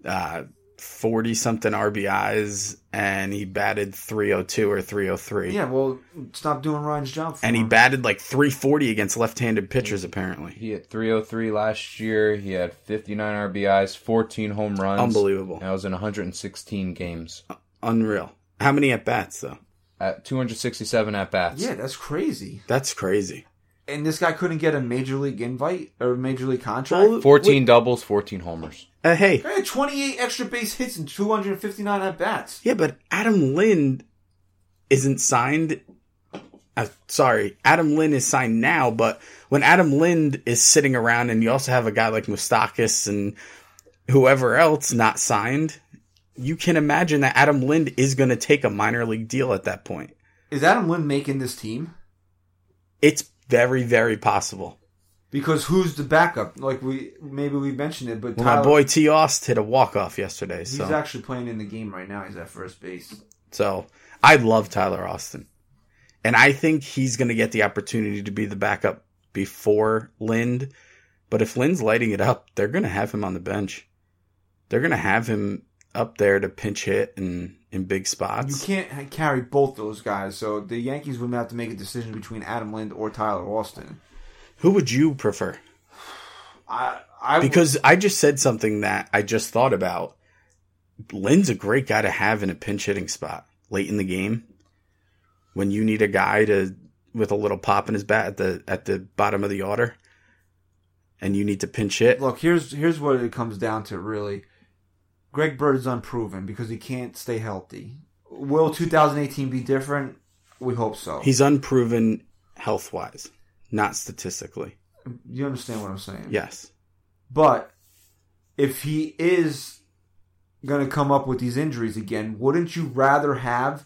Speaker 3: uh, 40 something RBIs, and he batted 302 or 303.
Speaker 2: Yeah, well, stop doing Ryan's job. For
Speaker 3: And he
Speaker 2: him.
Speaker 3: batted like 340 against left handed pitchers, apparently.
Speaker 4: he had 303 last year. He had 59 RBIs, 14 home runs.
Speaker 3: Unbelievable.
Speaker 4: That was in 116 games
Speaker 3: Unreal. How many at bats, though?
Speaker 4: at 267 at bats.
Speaker 2: Yeah, that's crazy.
Speaker 3: That's crazy.
Speaker 2: and this guy couldn't get a major league invite or major league contract.
Speaker 3: Well,
Speaker 4: 14 doubles, 14 homers.
Speaker 3: uh, hey,
Speaker 2: He had 28 extra base hits and 259 at bats.
Speaker 3: yeah, but Adam Lind isn't signed. Uh, sorry, Adam Lind is signed now, but when Adam Lind is sitting around, and you also have a guy like Mustakis and whoever else not signed, you can imagine that Adam Lind is going to take a minor league deal at that point.
Speaker 2: Is Adam Lynn making this team?
Speaker 3: It's very, very possible.
Speaker 2: Because who's the backup? Like we maybe we mentioned it, but
Speaker 3: Well,
Speaker 2: Tyler,
Speaker 3: my boy T. Ost hit a walk off yesterday,
Speaker 2: he's
Speaker 3: so
Speaker 2: actually playing in the game right now. He's at first base.
Speaker 3: so I love Tyler Austin, and I think he's going to get the opportunity to be the backup before Lind. But if Lind's lighting it up, they're going to have him on the bench. They're going to have him up there to pinch hit and in big
Speaker 2: You
Speaker 3: spots.
Speaker 2: can't ha- carry both those guys, so the Yankees would have to make a decision between Adam Lind or Tyler Austin.
Speaker 3: Who would you prefer?
Speaker 2: I, I would-
Speaker 3: Because I just said something that I just thought about. Lynn's a great guy to have in a pinch hitting spot late in the game when you need a guy to with a little pop in his bat at the at the bottom of the order and you need to pinch hit.
Speaker 2: look here's here's what it comes down to really. Greg Bird is unproven because he can't stay healthy. Will 2018 be different? We hope so.
Speaker 3: He's unproven health wise, not statistically.
Speaker 2: you understand what I'm saying?
Speaker 3: Yes.
Speaker 2: But if he is going to come up with these injuries again, wouldn't you rather have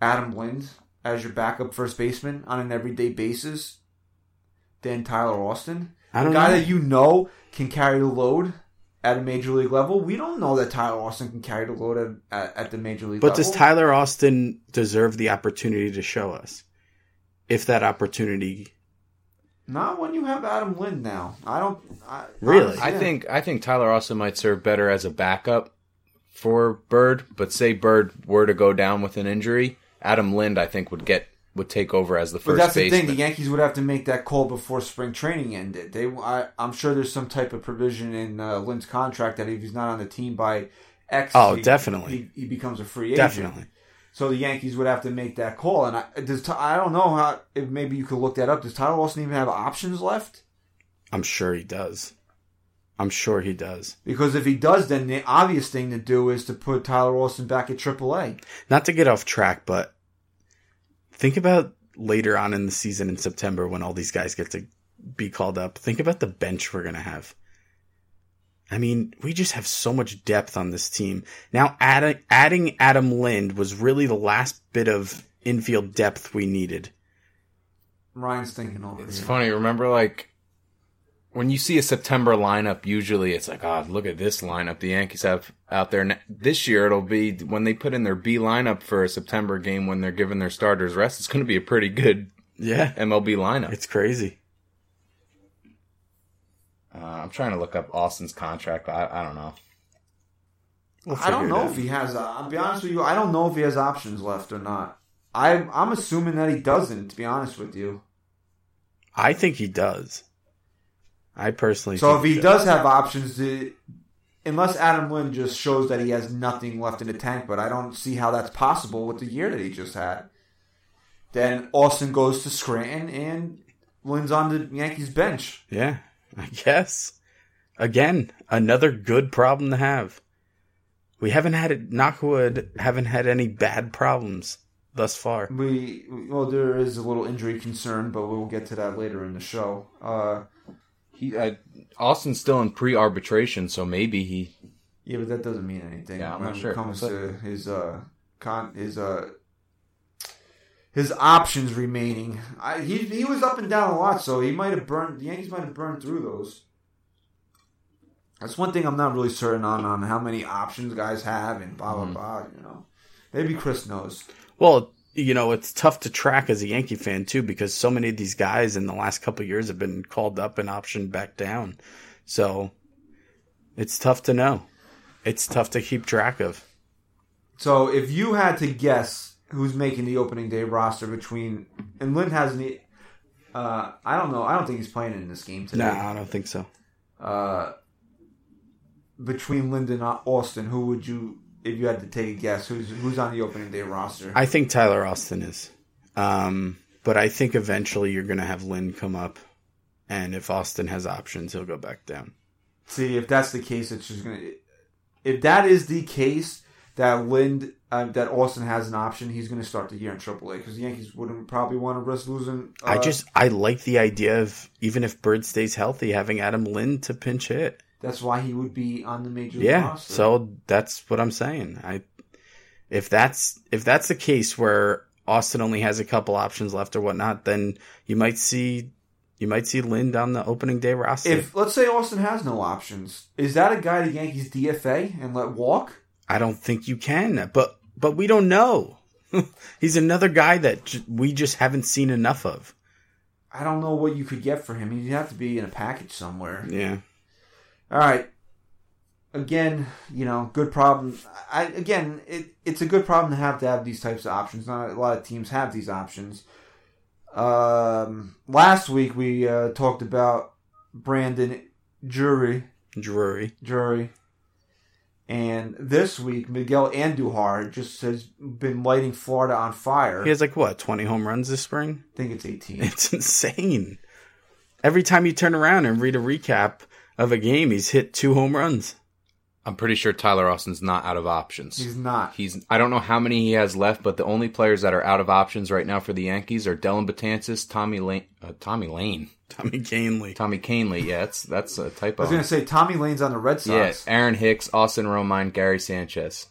Speaker 2: Adam Lind as your backup first baseman on an everyday basis than Tyler Austin?
Speaker 3: I
Speaker 2: a
Speaker 3: don't
Speaker 2: guy
Speaker 3: know.
Speaker 2: that you know can carry the load at a major league level. We don't know that Tyler Austin can carry the load at, at, at the major league
Speaker 3: But
Speaker 2: level.
Speaker 3: does Tyler Austin deserve the opportunity to show us? If that opportunity
Speaker 2: Not when you have Adam Lind now. I don't. I,
Speaker 3: Really?
Speaker 4: I
Speaker 2: yeah.
Speaker 4: think I think Tyler Austin might serve better as a backup for Bird, but say Bird were to go down with an injury, Adam Lind I think would get would take over as the
Speaker 2: But
Speaker 4: first
Speaker 2: that's the
Speaker 4: baseman.
Speaker 2: thing. The Yankees would have to make that call before spring training ended. They, I, I'm sure there's some type of provision in uh, Lynn's contract that if he's not on the team by X,
Speaker 3: Oh,
Speaker 2: he-
Speaker 3: definitely.
Speaker 2: he, he becomes a free agent.
Speaker 3: Definitely.
Speaker 2: So the Yankees would have to make that call. And I, does, Ty- I don't know how. If maybe you could look that up. Does Tyler Austin even have options left?
Speaker 3: I'm sure he does. I'm sure he does.
Speaker 2: Because if he does, then the obvious thing to do is to put Tyler Austin back at AAA.
Speaker 3: Not to get off track, but think about later on in the season in September when all these guys get to be called up. Think about the bench we're going to have. I mean, we just have so much depth on this team. Now, adding, adding Adam Lind was really the last bit of infield depth we needed.
Speaker 2: Ryan's thinking over
Speaker 4: It's
Speaker 2: here.
Speaker 4: funny. Remember, like when you see a September lineup, usually it's like, "Ah, look at this lineup the Yankees have out there." And This year, it'll be when they put in their B lineup for a September game when they're giving their starters rest. It's going to be a pretty good
Speaker 3: Yeah.
Speaker 4: MLB lineup.
Speaker 3: It's crazy.
Speaker 4: Uh, I'm trying to look up Austin's contract. I, I don't know.
Speaker 3: We'll
Speaker 2: I don't
Speaker 3: figure it
Speaker 2: know
Speaker 3: out.
Speaker 2: if he has. uh, I'll be honest with you. I don't know if he has options left or not. I I'm assuming that he doesn't. To be honest with you.
Speaker 3: I think he does. I personally
Speaker 2: So
Speaker 3: think
Speaker 2: if he does have options, the, unless Adam Lynn just shows that he has nothing left in the tank, but I don't see how that's possible with the year that he just had. Then Austin goes to Scranton and Lynn's on the Yankees bench.
Speaker 3: Yeah, I guess. Again, another good problem to have. We haven't had it, Knockwood, haven't had any bad problems thus far.
Speaker 2: We well, there is a little injury concern, but we'll get to that later in the show. Uh,
Speaker 4: He uh, Austin's still in pre-arbitration, so maybe he.
Speaker 2: Yeah, but that doesn't mean anything.
Speaker 4: Yeah, I'm
Speaker 2: when
Speaker 4: not sure.
Speaker 2: it comes
Speaker 4: That's
Speaker 2: to his uh con his uh his options remaining. I he he was up and down a lot, so he might have burned the Yankees might have burned through those. That's one thing I'm not really certain on on how many options guys have and blah
Speaker 4: Mm-hmm.
Speaker 2: blah blah, you know. Maybe Chris knows.
Speaker 3: Well, you know, it's tough to track as a Yankee fan, too, because so many of these guys in the last couple of years have been called up and optioned back down. So it's tough to know. It's tough to keep track of.
Speaker 2: So if you had to guess who's making the opening day roster between and Lynn has the uh I don't know, I don't think he's playing in this game today.
Speaker 3: No, I don't think so.
Speaker 2: Uh, between Lyndon and Austin, who would you, if you had to take a guess, who's who's on the opening day roster?
Speaker 3: I think Tyler Austin is. Um, But I think eventually you're going to have Lynn come up, and if Austin has options, he'll go back down.
Speaker 2: See, if that's the case, it's just gonna. If that is the case, that Lind, uh, that Austin has an option, he's gonna start the year in AAA because the Yankees wouldn't probably want to risk losing. Uh,
Speaker 3: I just I like the idea of even if Bird stays healthy, having Adam Lynn to pinch hit.
Speaker 2: that's why he would be on the major league
Speaker 3: Yeah,
Speaker 2: roster.
Speaker 3: so that's what I'm saying. I if that's if that's the case where Austin only has a couple options left or whatnot, then you might see you might see Lynn down the opening day roster.
Speaker 2: if let's say Austin has no options, is that a guy the Yankees DFA and let walk?
Speaker 3: I don't think you can, but but we don't know. <laughs> He's another guy that j- we just haven't seen enough of.
Speaker 2: I don't know what you could get for him. He'd have to be in a package somewhere.
Speaker 3: Yeah.
Speaker 2: All right. Again, you know, good problem. I again, it, it's a good problem to have to have these types of options. Not a lot of teams have these options. Um, last week we uh, talked about Brandon Jury,
Speaker 3: Drury.
Speaker 2: Jury, and this week Miguel Andujar just has been lighting Florida on fire.
Speaker 3: He has like what, 20 home runs this spring? <laughs>
Speaker 2: I think it's eighteen.
Speaker 3: It's insane. Every time you turn around and read a recap of a game, he's hit two home runs. <laughs>
Speaker 4: I'm pretty sure Tyler Austin's not out of options.
Speaker 2: He's not.
Speaker 4: He's I don't know how many he has left, but the only players that are out of options right now for the Yankees are Dylan Batansis, Tommy Lane, uh, Tommy Lane,
Speaker 3: Tommy Gainley.
Speaker 4: Tommy Canley. Yeah, that's that's a
Speaker 2: I
Speaker 4: typo.
Speaker 2: was gonna say Tommy Lane's on the Red
Speaker 4: yeah,
Speaker 2: Sox,
Speaker 4: Aaron Hicks, Austin Romine, Gary Sanchez.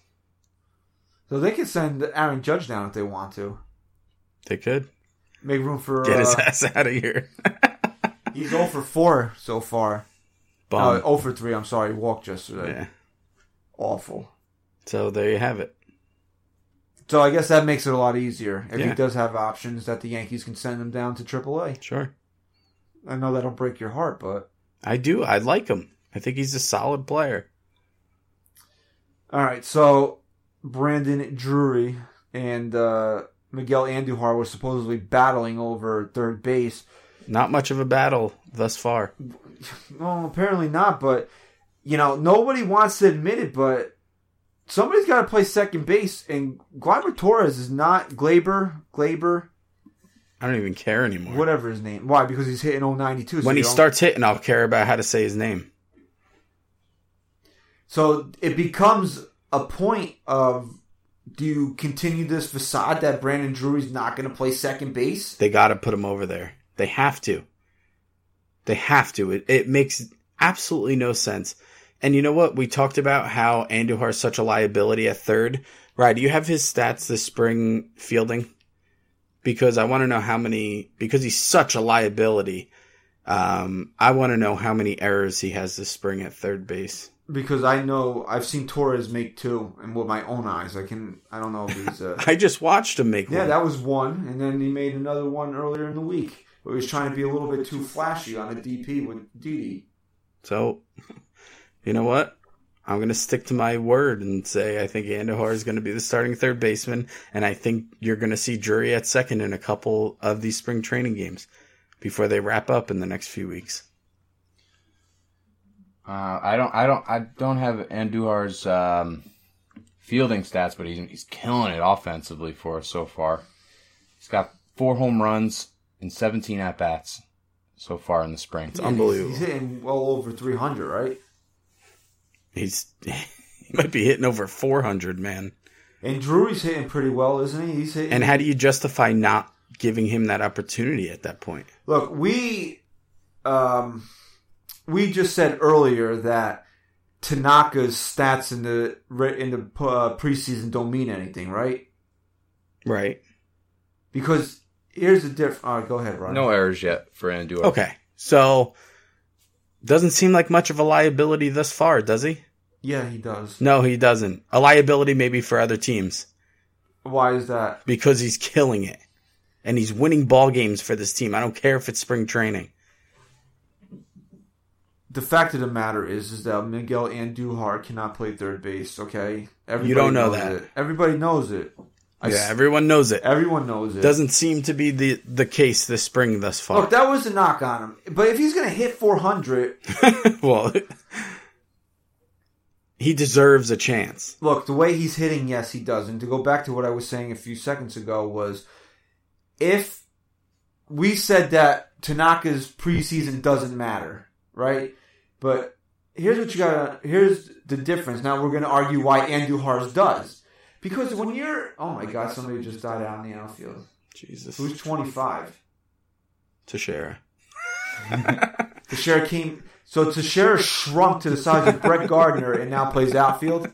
Speaker 2: so they could send Aaron Judge down if they want to.
Speaker 3: They could
Speaker 2: Make room for
Speaker 3: get his
Speaker 2: uh,
Speaker 3: ass out of here. <laughs>
Speaker 2: He's 0 for 4 so far. No,
Speaker 3: Bomb.
Speaker 2: 0 for 3, I'm sorry. Walked yesterday.
Speaker 3: yeah.
Speaker 2: Awful.
Speaker 3: So there you have it.
Speaker 2: So I guess that makes it a lot easier if he
Speaker 3: Yeah.
Speaker 2: does have options that the Yankees can send him down to AAA.
Speaker 3: Sure.
Speaker 2: I know that'll break your heart, but.
Speaker 3: I do. I like him. I think he's a solid player.
Speaker 2: All right, so Brandon Drury and uh, Miguel Andujar were supposedly battling over third base.
Speaker 3: Not much of a battle thus far.
Speaker 2: Well, apparently not, but, you know, nobody wants to admit it, but somebody's got to play second base, and Glaber Torres is not Glaber, Glaber.
Speaker 3: I don't even care anymore.
Speaker 2: whatever his name. Why? Because he's hitting 092. so
Speaker 3: when
Speaker 2: you
Speaker 3: he
Speaker 2: don't-
Speaker 3: starts hitting, I'll care about how to say his name.
Speaker 2: so it becomes a point of do you continue this facade that Brandon Drury's not going to play second base?
Speaker 3: They got to put him over there. They have to. They have to. It, it makes absolutely no sense. And you know what? We talked about how Andujar is such a liability at third. Right? Do you have his stats this spring fielding? Because I want to know how many. Because he's such a liability. Um, I want to know how many errors he has this spring at third base.
Speaker 2: Because I know I've seen Torres make two, and with my own eyes, I can. I don't know if he's. Uh,
Speaker 3: <laughs> I just watched him make
Speaker 2: yeah,
Speaker 3: one.
Speaker 2: that was one, and then he made another one earlier in the week. But he was trying to be a little bit too flashy on a DP with Didi.
Speaker 3: So, <laughs> you know what? I'm going to stick to my word and say I think Andujar is going to be the starting third baseman, and I think you're going to see Drury at second in a couple of these spring training games before they wrap up in the next few weeks.
Speaker 4: Uh, I don't I don't I don't have Andujar's um, fielding stats, but he's he's killing it offensively for us so far. He's got four home runs and 17 at bats so far in the spring.
Speaker 3: It's unbelievable.
Speaker 2: He's hitting well over 300, right?
Speaker 3: He's <laughs> he might be hitting over 400, man.
Speaker 2: And Drury's hitting pretty well, isn't he? He's hitting.
Speaker 3: And how do you justify not giving him that opportunity at that point?
Speaker 2: Look, we um, we just said earlier that Tanaka's stats in the re- in the uh, preseason don't mean anything, right?
Speaker 3: Right.
Speaker 2: Because here's the difference. All right, go ahead, Ryan.
Speaker 4: No errors yet for Andujar.
Speaker 3: Okay. So doesn't seem like much of a liability thus far, does he?
Speaker 2: yeah, he does.
Speaker 3: No, he doesn't. A liability maybe for other teams
Speaker 2: Why is that?
Speaker 3: because he's killing it and he's winning ball games for this team. I don't care if it's spring training.
Speaker 2: The fact of the matter is, is that Miguel Andujar cannot play third base. Okay, everybody
Speaker 3: don't know
Speaker 2: knows
Speaker 3: that.
Speaker 2: It. Everybody knows it. I
Speaker 3: yeah,
Speaker 2: s-
Speaker 3: everyone knows it.
Speaker 2: everyone knows it.
Speaker 3: Doesn't seem to be the the case this spring thus far.
Speaker 2: Look, that was a knock on him. But if he's going to hit 400,
Speaker 3: <laughs> well, he deserves a chance.
Speaker 2: look, the way he's hitting, yes, he does. And to go back to what I was saying a few seconds ago was if we said that Tanaka's preseason doesn't matter, right? But here's what you got. to Here's the difference. Now we're going to argue why Andujar's does. Because when you're, oh my God, somebody just died out in the outfield.
Speaker 3: Jesus.
Speaker 2: Who's 25?
Speaker 3: Teixeira.
Speaker 2: Teixeira came. So Teixeira shrunk to the size of Brett Gardner and now plays outfield.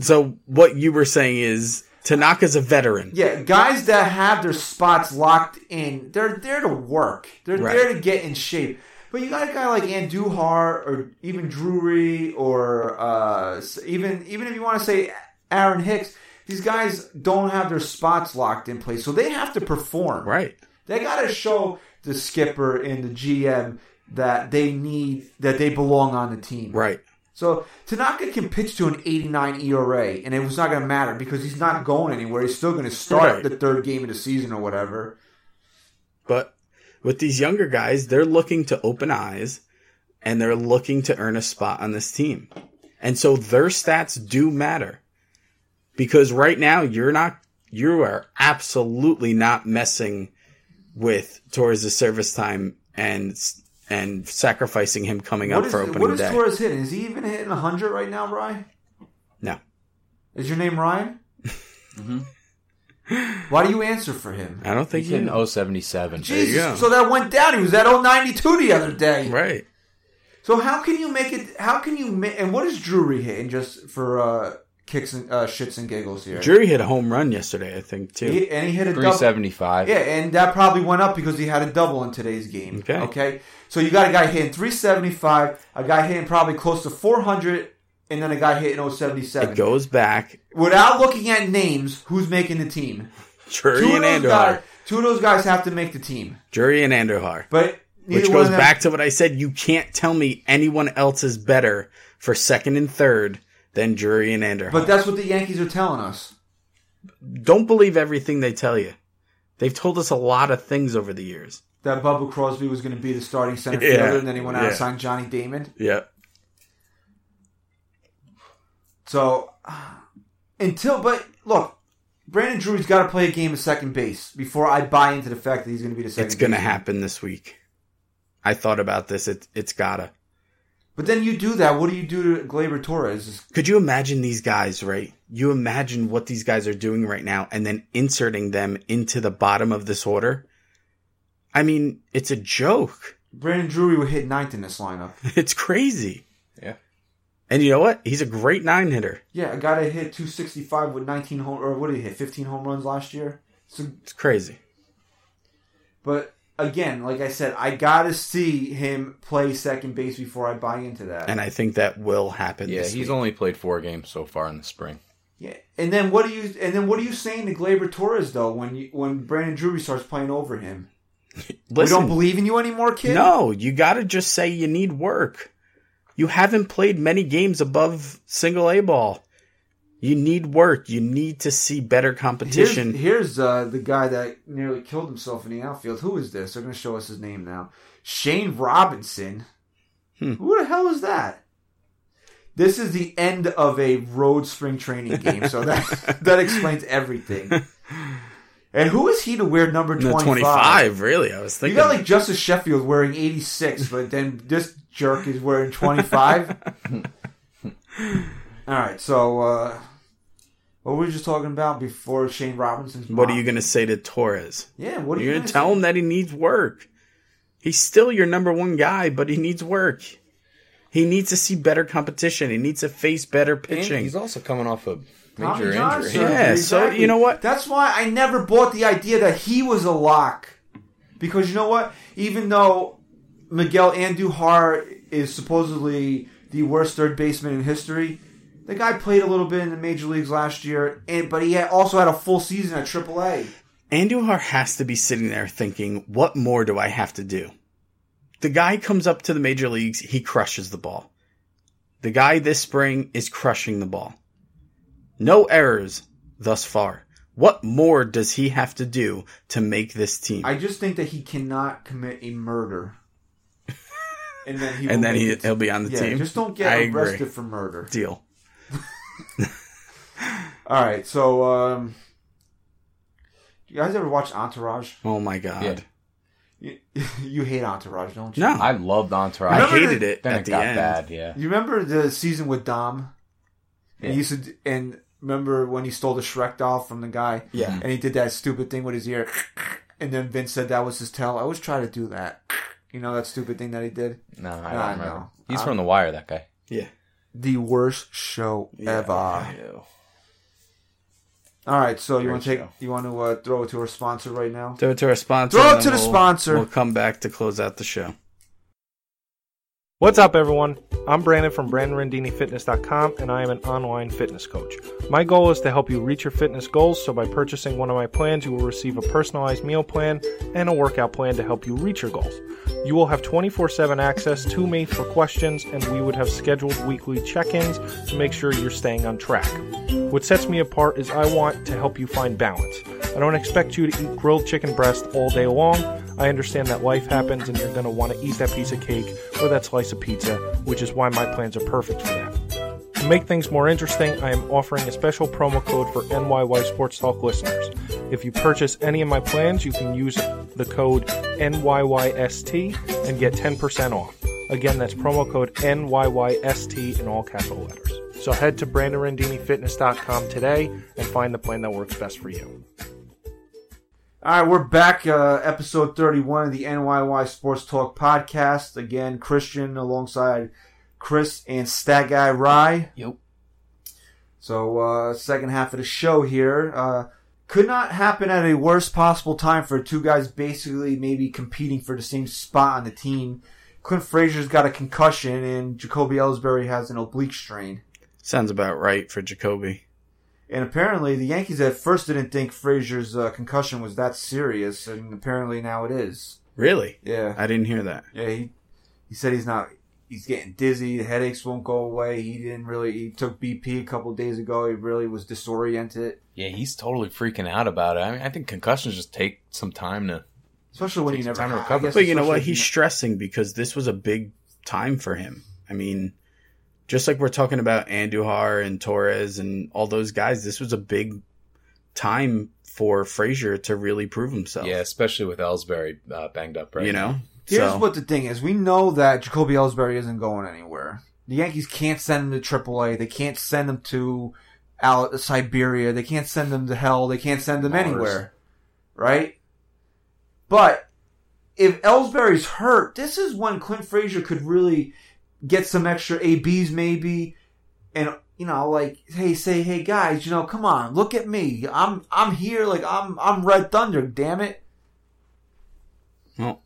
Speaker 3: So what you were saying is Tanaka's a veteran.
Speaker 2: Yeah, guys that have their spots locked in, they're there to work. They're
Speaker 3: Right.
Speaker 2: there to get in shape. But you got a guy like Andujar or even Drury or uh, s- even even if you want to say Aaron Hicks, these guys don't have their spots locked in place, so they have to perform.
Speaker 3: Right.
Speaker 2: They got to show the skipper and the GM that they need that they belong on the team.
Speaker 3: Right.
Speaker 2: So Tanaka can pitch to an 89 ERA, and it was not going to matter because he's not going anywhere. He's still going to start
Speaker 3: Right.
Speaker 2: the third game of the season or whatever.
Speaker 3: But with these younger guys, they're looking to open eyes and they're looking to earn a spot on this team. And so their stats do matter. Because right now you're not you are absolutely not messing with Torres' service time and and sacrificing him coming
Speaker 2: What
Speaker 3: up
Speaker 2: is,
Speaker 3: for opening
Speaker 2: what is
Speaker 3: day.
Speaker 2: Torres hitting? Is he even hitting 100 right now, Ryan?
Speaker 3: no.
Speaker 2: Is your name Ryan?
Speaker 3: Mm-hmm.
Speaker 2: Why do you answer for him?
Speaker 3: I don't think
Speaker 4: He's oh
Speaker 3: he
Speaker 4: in 077.
Speaker 2: Jesus,
Speaker 3: go.
Speaker 2: so that went down. He was at 092 the other day.
Speaker 3: Right.
Speaker 2: So how can you make it? How can you make? And what is Drury hitting just for uh, kicks and uh, shits and giggles here?
Speaker 3: Drury hit a home run yesterday, I think, too.
Speaker 2: He- and he hit a double.
Speaker 4: 375.
Speaker 2: Yeah, and that probably went up because he had a double in today's game.
Speaker 3: Okay.
Speaker 2: So you got a guy hitting 375, a guy hitting probably close to 400, and then a guy hitting
Speaker 3: It
Speaker 2: 077.
Speaker 3: goes back.
Speaker 2: Without looking at names, who's making the team?
Speaker 3: Drury and
Speaker 2: those
Speaker 3: Andohar.
Speaker 2: guys, two of those guys have to make the team.
Speaker 3: Drury and Andohar.
Speaker 2: But neither
Speaker 3: Which
Speaker 2: one
Speaker 3: goes
Speaker 2: of them-
Speaker 3: back to what I said. You can't tell me anyone else is better for second and third than Drury and Anderhoff.
Speaker 2: But that's what the Yankees are telling us.
Speaker 3: Don't believe everything they tell you. They've told us a lot of things over the years.
Speaker 2: That Bubba Crosby was going to be the starting center
Speaker 3: Yeah.
Speaker 2: fielder, and then he went out and
Speaker 3: Yeah.
Speaker 2: signed Johnny Damon.
Speaker 3: Yeah.
Speaker 2: So until, but look, Brandon Drury's got to play a game of second base before I buy into the fact that he's going to be the second.
Speaker 3: It's going to
Speaker 2: baseman.
Speaker 3: happen this week. I thought about this. It, it's gotta.
Speaker 2: But then you do that. What do you do to Glaber Torres?
Speaker 3: Could you imagine these guys, right? You imagine what these guys are doing right now and then inserting them into the bottom of this order? I mean, it's a joke. <laughs>
Speaker 2: Brandon Drury would hit ninth in this lineup.
Speaker 3: It's crazy.
Speaker 4: Yeah.
Speaker 3: And you know what? He's a great nine hitter.
Speaker 2: Yeah, a guy that hit 265 with 19 home or what did he hit? 15 home runs last year. So,
Speaker 3: It's crazy.
Speaker 2: but again, like I said, I gotta see him play second base before I buy into that.
Speaker 3: And I think that will happen.
Speaker 4: Yeah,
Speaker 3: this
Speaker 4: he's
Speaker 3: week.
Speaker 4: only played four games so far in the spring.
Speaker 2: yeah. And then what are you? And then what are you saying to Glaber Torres though? When you when Brandon Drury starts playing over him,
Speaker 3: Listen,
Speaker 2: we don't believe in you anymore, kid.
Speaker 3: No, you got to just say you need work. You haven't played many games above single A ball. You need work. You need to see better
Speaker 2: Here's,
Speaker 3: competition.
Speaker 2: here's uh, the guy that nearly killed himself in the outfield. Who is this? They're going to show us his name now. Shane Robinson.
Speaker 3: Hmm.
Speaker 2: Who the hell is that? This is the end of a road spring training game, so
Speaker 3: <laughs>
Speaker 2: that that explains everything. And who is he to wear number
Speaker 3: No,
Speaker 2: twenty-five?
Speaker 3: 25, really. I was
Speaker 2: You
Speaker 3: thinking.
Speaker 2: got like Justice Sheffield wearing eighty-six, but then this jerk is wearing
Speaker 3: <laughs>
Speaker 2: twenty-five. All right, so uh, what were we just talking about before Shane Robinson's?
Speaker 3: what are
Speaker 2: mom?
Speaker 3: you going to say to Torres?
Speaker 2: Yeah, what are
Speaker 3: You're
Speaker 2: you
Speaker 3: going to tell him that he needs work. He's still your number one guy, but he needs work. He needs to see better competition. He needs to face better
Speaker 4: And
Speaker 3: pitching.
Speaker 4: he's also coming off a
Speaker 2: Tommy
Speaker 4: major
Speaker 2: John
Speaker 4: injury.
Speaker 2: surgery,
Speaker 3: Yeah, so you know what?
Speaker 2: That's why I never bought the idea that he was a lock, because you know what? Even though Miguel Andujar is supposedly the worst third baseman in history, the guy played a little bit in the major leagues last year, and but he had, also had a full season at AAA.
Speaker 3: Andujar has to be sitting there thinking, what more do I have to do? The guy comes up to the major leagues, he crushes the ball. The guy this spring is crushing the ball. No errors thus far. What more does he have to do to make this team?
Speaker 2: I just think that he cannot commit a
Speaker 3: <laughs>
Speaker 2: murder, and then he
Speaker 3: and
Speaker 2: will
Speaker 3: then
Speaker 2: make
Speaker 3: he,
Speaker 2: it.
Speaker 3: he'll be on the
Speaker 2: yeah,
Speaker 3: team.
Speaker 2: just don't get
Speaker 3: I agree.
Speaker 2: arrested for murder.
Speaker 3: Deal.
Speaker 2: All right, so um, You guys ever watch Entourage?
Speaker 3: Oh my god.
Speaker 4: Yeah.
Speaker 2: You, <laughs> you hate Entourage, don't you?
Speaker 3: No, I,
Speaker 4: I loved Entourage.
Speaker 2: Remember
Speaker 3: hated
Speaker 2: the-
Speaker 3: it
Speaker 4: then
Speaker 3: at
Speaker 4: it
Speaker 3: the
Speaker 4: got
Speaker 3: end.
Speaker 4: bad. Yeah.
Speaker 2: You remember the season with Dom? And
Speaker 4: Yeah.
Speaker 2: he used to, d- and remember when he stole the Shrek doll from the guy?
Speaker 3: Yeah.
Speaker 2: And he did that stupid thing with his ear. And then Vince said that was his tail. I always try to do that. You know that stupid thing that he did?
Speaker 4: No, I
Speaker 2: Nah,
Speaker 4: don't remember.
Speaker 2: no.
Speaker 4: He's from The Wire. That guy.
Speaker 3: Yeah.
Speaker 2: The worst show
Speaker 3: Yeah.
Speaker 2: ever.
Speaker 3: Ew.
Speaker 2: All right, so you
Speaker 3: Great
Speaker 2: want to take,
Speaker 3: show.
Speaker 2: you want to uh, throw it to our sponsor right now?
Speaker 3: Throw it to our sponsor.
Speaker 2: Throw it
Speaker 3: and
Speaker 2: to the
Speaker 3: we'll-
Speaker 2: sponsor.
Speaker 3: We'll come back to close out the show.
Speaker 7: What's up, everyone? I'm Brandon from BrandonRandiniFitness.com, and I am an online fitness coach. My goal is to help you reach your fitness goals, so by purchasing one of my plans, you will receive a personalized meal plan and a workout plan to help you reach your goals. You will have 24 7 access to me for questions, and we would have scheduled weekly check ins to make sure you're staying on track. What sets me apart is I want to help you find balance. I don't expect you to eat grilled chicken breast all day long. I understand that life happens and you're going to want to eat that piece of cake or that slice of pizza, which is why my plans are perfect for that. To make things more interesting, I am offering a special promo code for NYY Sports Talk listeners. If you purchase any of my plans, you can use the code NYYST and get 10% off. Again, that's promo code NYYST in all capital letters. So head to BrandonRandiniFitness.com today and find the plan that works best for you.
Speaker 2: All right, we're back. Uh, episode 31 of the NYY Sports Talk podcast. Again, Christian alongside Chris and Stat Guy Rye.
Speaker 6: Yep.
Speaker 2: So, uh, second half of the show here. Uh, could not happen at a worse possible time for two guys basically maybe competing for the same spot on the team. Clint Frazier's got a concussion and Jacoby Ellsbury has an oblique strain.
Speaker 3: Sounds about right for Jacoby.
Speaker 2: And apparently, the Yankees at first didn't think Frazier's uh, concussion was that serious, and apparently now it is.
Speaker 3: Really?
Speaker 2: Yeah.
Speaker 3: I didn't hear that.
Speaker 2: Yeah, he, he said he's not. He's getting dizzy. The headaches won't go away. He didn't really. He took BP a couple days ago. He really was disoriented,
Speaker 4: Yeah, he's totally freaking out about it. I mean, I think concussions just take some time to.
Speaker 2: especially when
Speaker 4: Takes
Speaker 2: you never.
Speaker 4: time to
Speaker 2: I
Speaker 4: recover.
Speaker 2: guess
Speaker 3: But you know
Speaker 2: especially
Speaker 3: what?
Speaker 2: if you
Speaker 3: He's stressing because this was a big time for him. I mean, just like we're talking about Andujar and Torres and all those guys, this was a big time for Frazier to really prove himself.
Speaker 4: Yeah, especially with Ellsbury uh, banged up right
Speaker 3: you
Speaker 4: now.
Speaker 3: know.
Speaker 2: Here's
Speaker 3: So-
Speaker 2: what the thing is: we know that Jacoby Ellsbury isn't going anywhere. The Yankees can't send him to AAA. They can't send him to out Siberia. They can't send him to hell. They can't send him
Speaker 4: Mars.
Speaker 2: anywhere, right? But if Ellsbury's hurt, this is when Clint Frazier could really get some extra abs, maybe, and you know, like, hey, say, hey, guys, you know, come on, look at me. I'm I'm here. Like I'm I'm Red Thunder. Damn it.
Speaker 3: Well,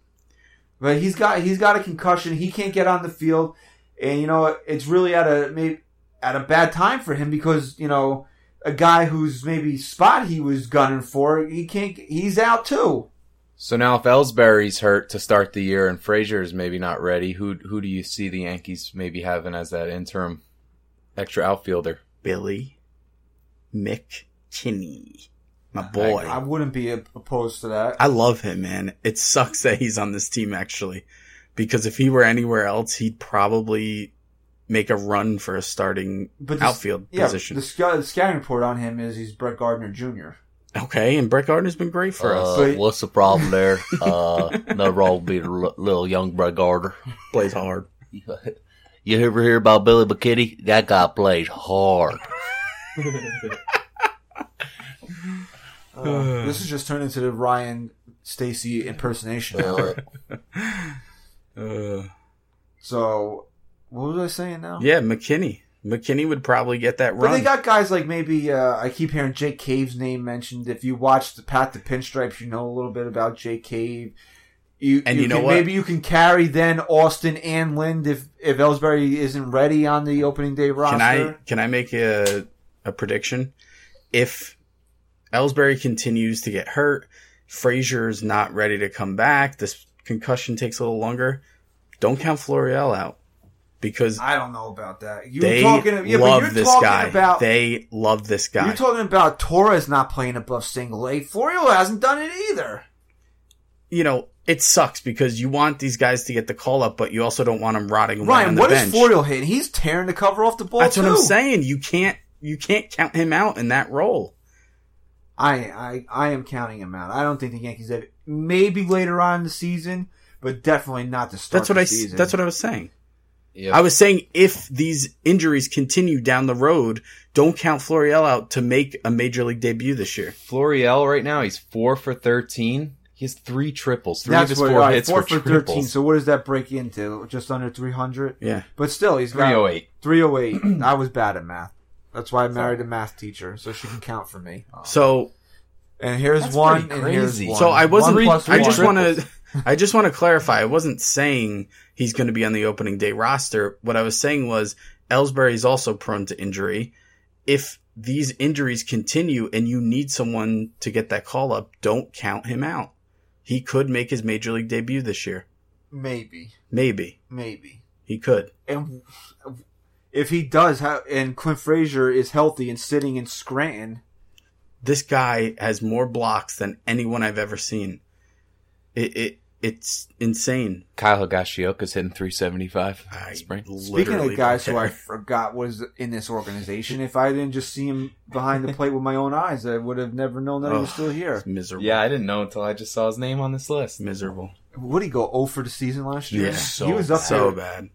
Speaker 2: But he's got he's got a concussion. He can't get on the field, and you know it's really at a maybe at a bad time for him because you know a guy whose maybe spot he was gunning for he can't he's out too.
Speaker 4: So now, if Ellsbury's hurt to start the year and Frazier is maybe not ready, who who do you see the Yankees maybe having as that interim extra outfielder?
Speaker 3: Billy McKinney, my
Speaker 4: I
Speaker 3: boy.
Speaker 2: I
Speaker 3: I,
Speaker 2: wouldn't be opposed to that.
Speaker 3: love him, man. It sucks that he's on this team actually, because if he were anywhere else, he'd probably make a run for a starting
Speaker 2: But the-
Speaker 3: outfield
Speaker 2: yeah,
Speaker 3: position.
Speaker 2: The, sc- the scouting report on him is he's Brett Gardner Jr.
Speaker 3: Okay, and Brett Gardner's been great for us.
Speaker 6: Uh,
Speaker 2: But-
Speaker 6: what's the problem there? Uh, no wrong with being a l- little young Brett Gardner. <laughs>
Speaker 3: Plays hard.
Speaker 6: You ever hear about Billy McKinney? That guy plays hard.
Speaker 2: Uh, this is just turned into the Ryan Stacy impersonation.
Speaker 6: Uh,
Speaker 3: Uh,
Speaker 2: so what was I saying now?
Speaker 3: yeah, McKinney. McKinney would probably get that
Speaker 2: But
Speaker 3: run.
Speaker 2: they got guys like maybe uh, I keep hearing Jake Cave's name mentioned. If you watch the Pat the Pinstripes, you know a little bit about Jake Cave. You,
Speaker 3: And you know
Speaker 2: can,
Speaker 3: what?
Speaker 2: maybe you can carry then Austin and Lind if if Ellsbury isn't ready on the opening day roster.
Speaker 3: can I can I make a a prediction? If Ellsbury continues to get hurt, Frazier's not ready to come back. This concussion takes a little longer. Don't count Florial out because
Speaker 2: I don't know about that. You
Speaker 3: they
Speaker 2: were talking, yeah,
Speaker 3: love
Speaker 2: but you're
Speaker 3: this
Speaker 2: talking
Speaker 3: guy.
Speaker 2: about
Speaker 3: they love this guy.
Speaker 2: you're talking about Torres not playing above single A. Florio hasn't done it either.
Speaker 3: you know it sucks because you want these guys to get the call up, but you also don't want them rotting away on
Speaker 2: Ryan,
Speaker 3: the
Speaker 2: what is
Speaker 3: bench.
Speaker 2: Florio hitting? He's tearing the cover off the ball.
Speaker 3: That's what I'm
Speaker 2: too.
Speaker 3: saying. You can't you can't count him out in that role.
Speaker 2: I I I am counting him out. I don't think the Yankees have maybe later on in the season, but definitely not to start.
Speaker 3: That's what
Speaker 2: the
Speaker 3: I. s-
Speaker 2: Season.
Speaker 3: That's what I was saying.
Speaker 5: Yeah.
Speaker 3: I was saying if these injuries continue down the road, don't count Floriel out to make a major league debut this year.
Speaker 4: Floriel right now, he's four for thirteen. He has three triples. Three
Speaker 2: That's
Speaker 4: of his
Speaker 2: what-
Speaker 4: four
Speaker 2: all right,
Speaker 4: hits
Speaker 2: four
Speaker 4: were
Speaker 2: for
Speaker 4: triples.
Speaker 2: thirteen. So what does that break into? Just under three hundred.
Speaker 3: Yeah.
Speaker 2: But still, he's got
Speaker 4: 308. <clears throat>
Speaker 2: 308. I was bad at math. That's why I married a math teacher, so she can count for me.
Speaker 3: So
Speaker 2: And here's
Speaker 4: Oh. That's
Speaker 2: one,
Speaker 4: pretty
Speaker 2: and here's
Speaker 4: crazy.
Speaker 2: one.
Speaker 3: so I wasn't.
Speaker 2: One plus
Speaker 3: I just
Speaker 2: one.
Speaker 3: want to. <laughs> I just want to clarify. I wasn't saying he's going to be on the opening day roster. What I was saying was Ellsbury is also prone to injury. If these injuries continue and you need someone to get that call up, don't count him out. He could make his major league debut this year.
Speaker 2: Maybe,
Speaker 3: Maybe
Speaker 2: maybe.
Speaker 3: he could.
Speaker 2: And if he does, how, and Clint Frazier is healthy and sitting in Scranton,
Speaker 3: this guy has more blocks than anyone I've ever seen. It, it it's insane.
Speaker 4: Kyle Higashioka's hitting 375
Speaker 3: I
Speaker 4: spring.
Speaker 2: Speaking
Speaker 3: literally
Speaker 2: of guys
Speaker 3: don't
Speaker 2: who I <laughs>
Speaker 3: care. <laughs>
Speaker 2: forgot was in this organization, if I didn't just see him behind the plate with my own eyes, I would have never known that he was
Speaker 3: Ugh,
Speaker 2: still here.
Speaker 3: it's miserable.
Speaker 4: Yeah, I didn't know until I just saw his name on this list.
Speaker 3: miserable.
Speaker 2: Would he go 0 for the season last year?
Speaker 3: Yeah,
Speaker 2: he
Speaker 4: so
Speaker 2: was up
Speaker 3: So
Speaker 2: there.
Speaker 3: bad.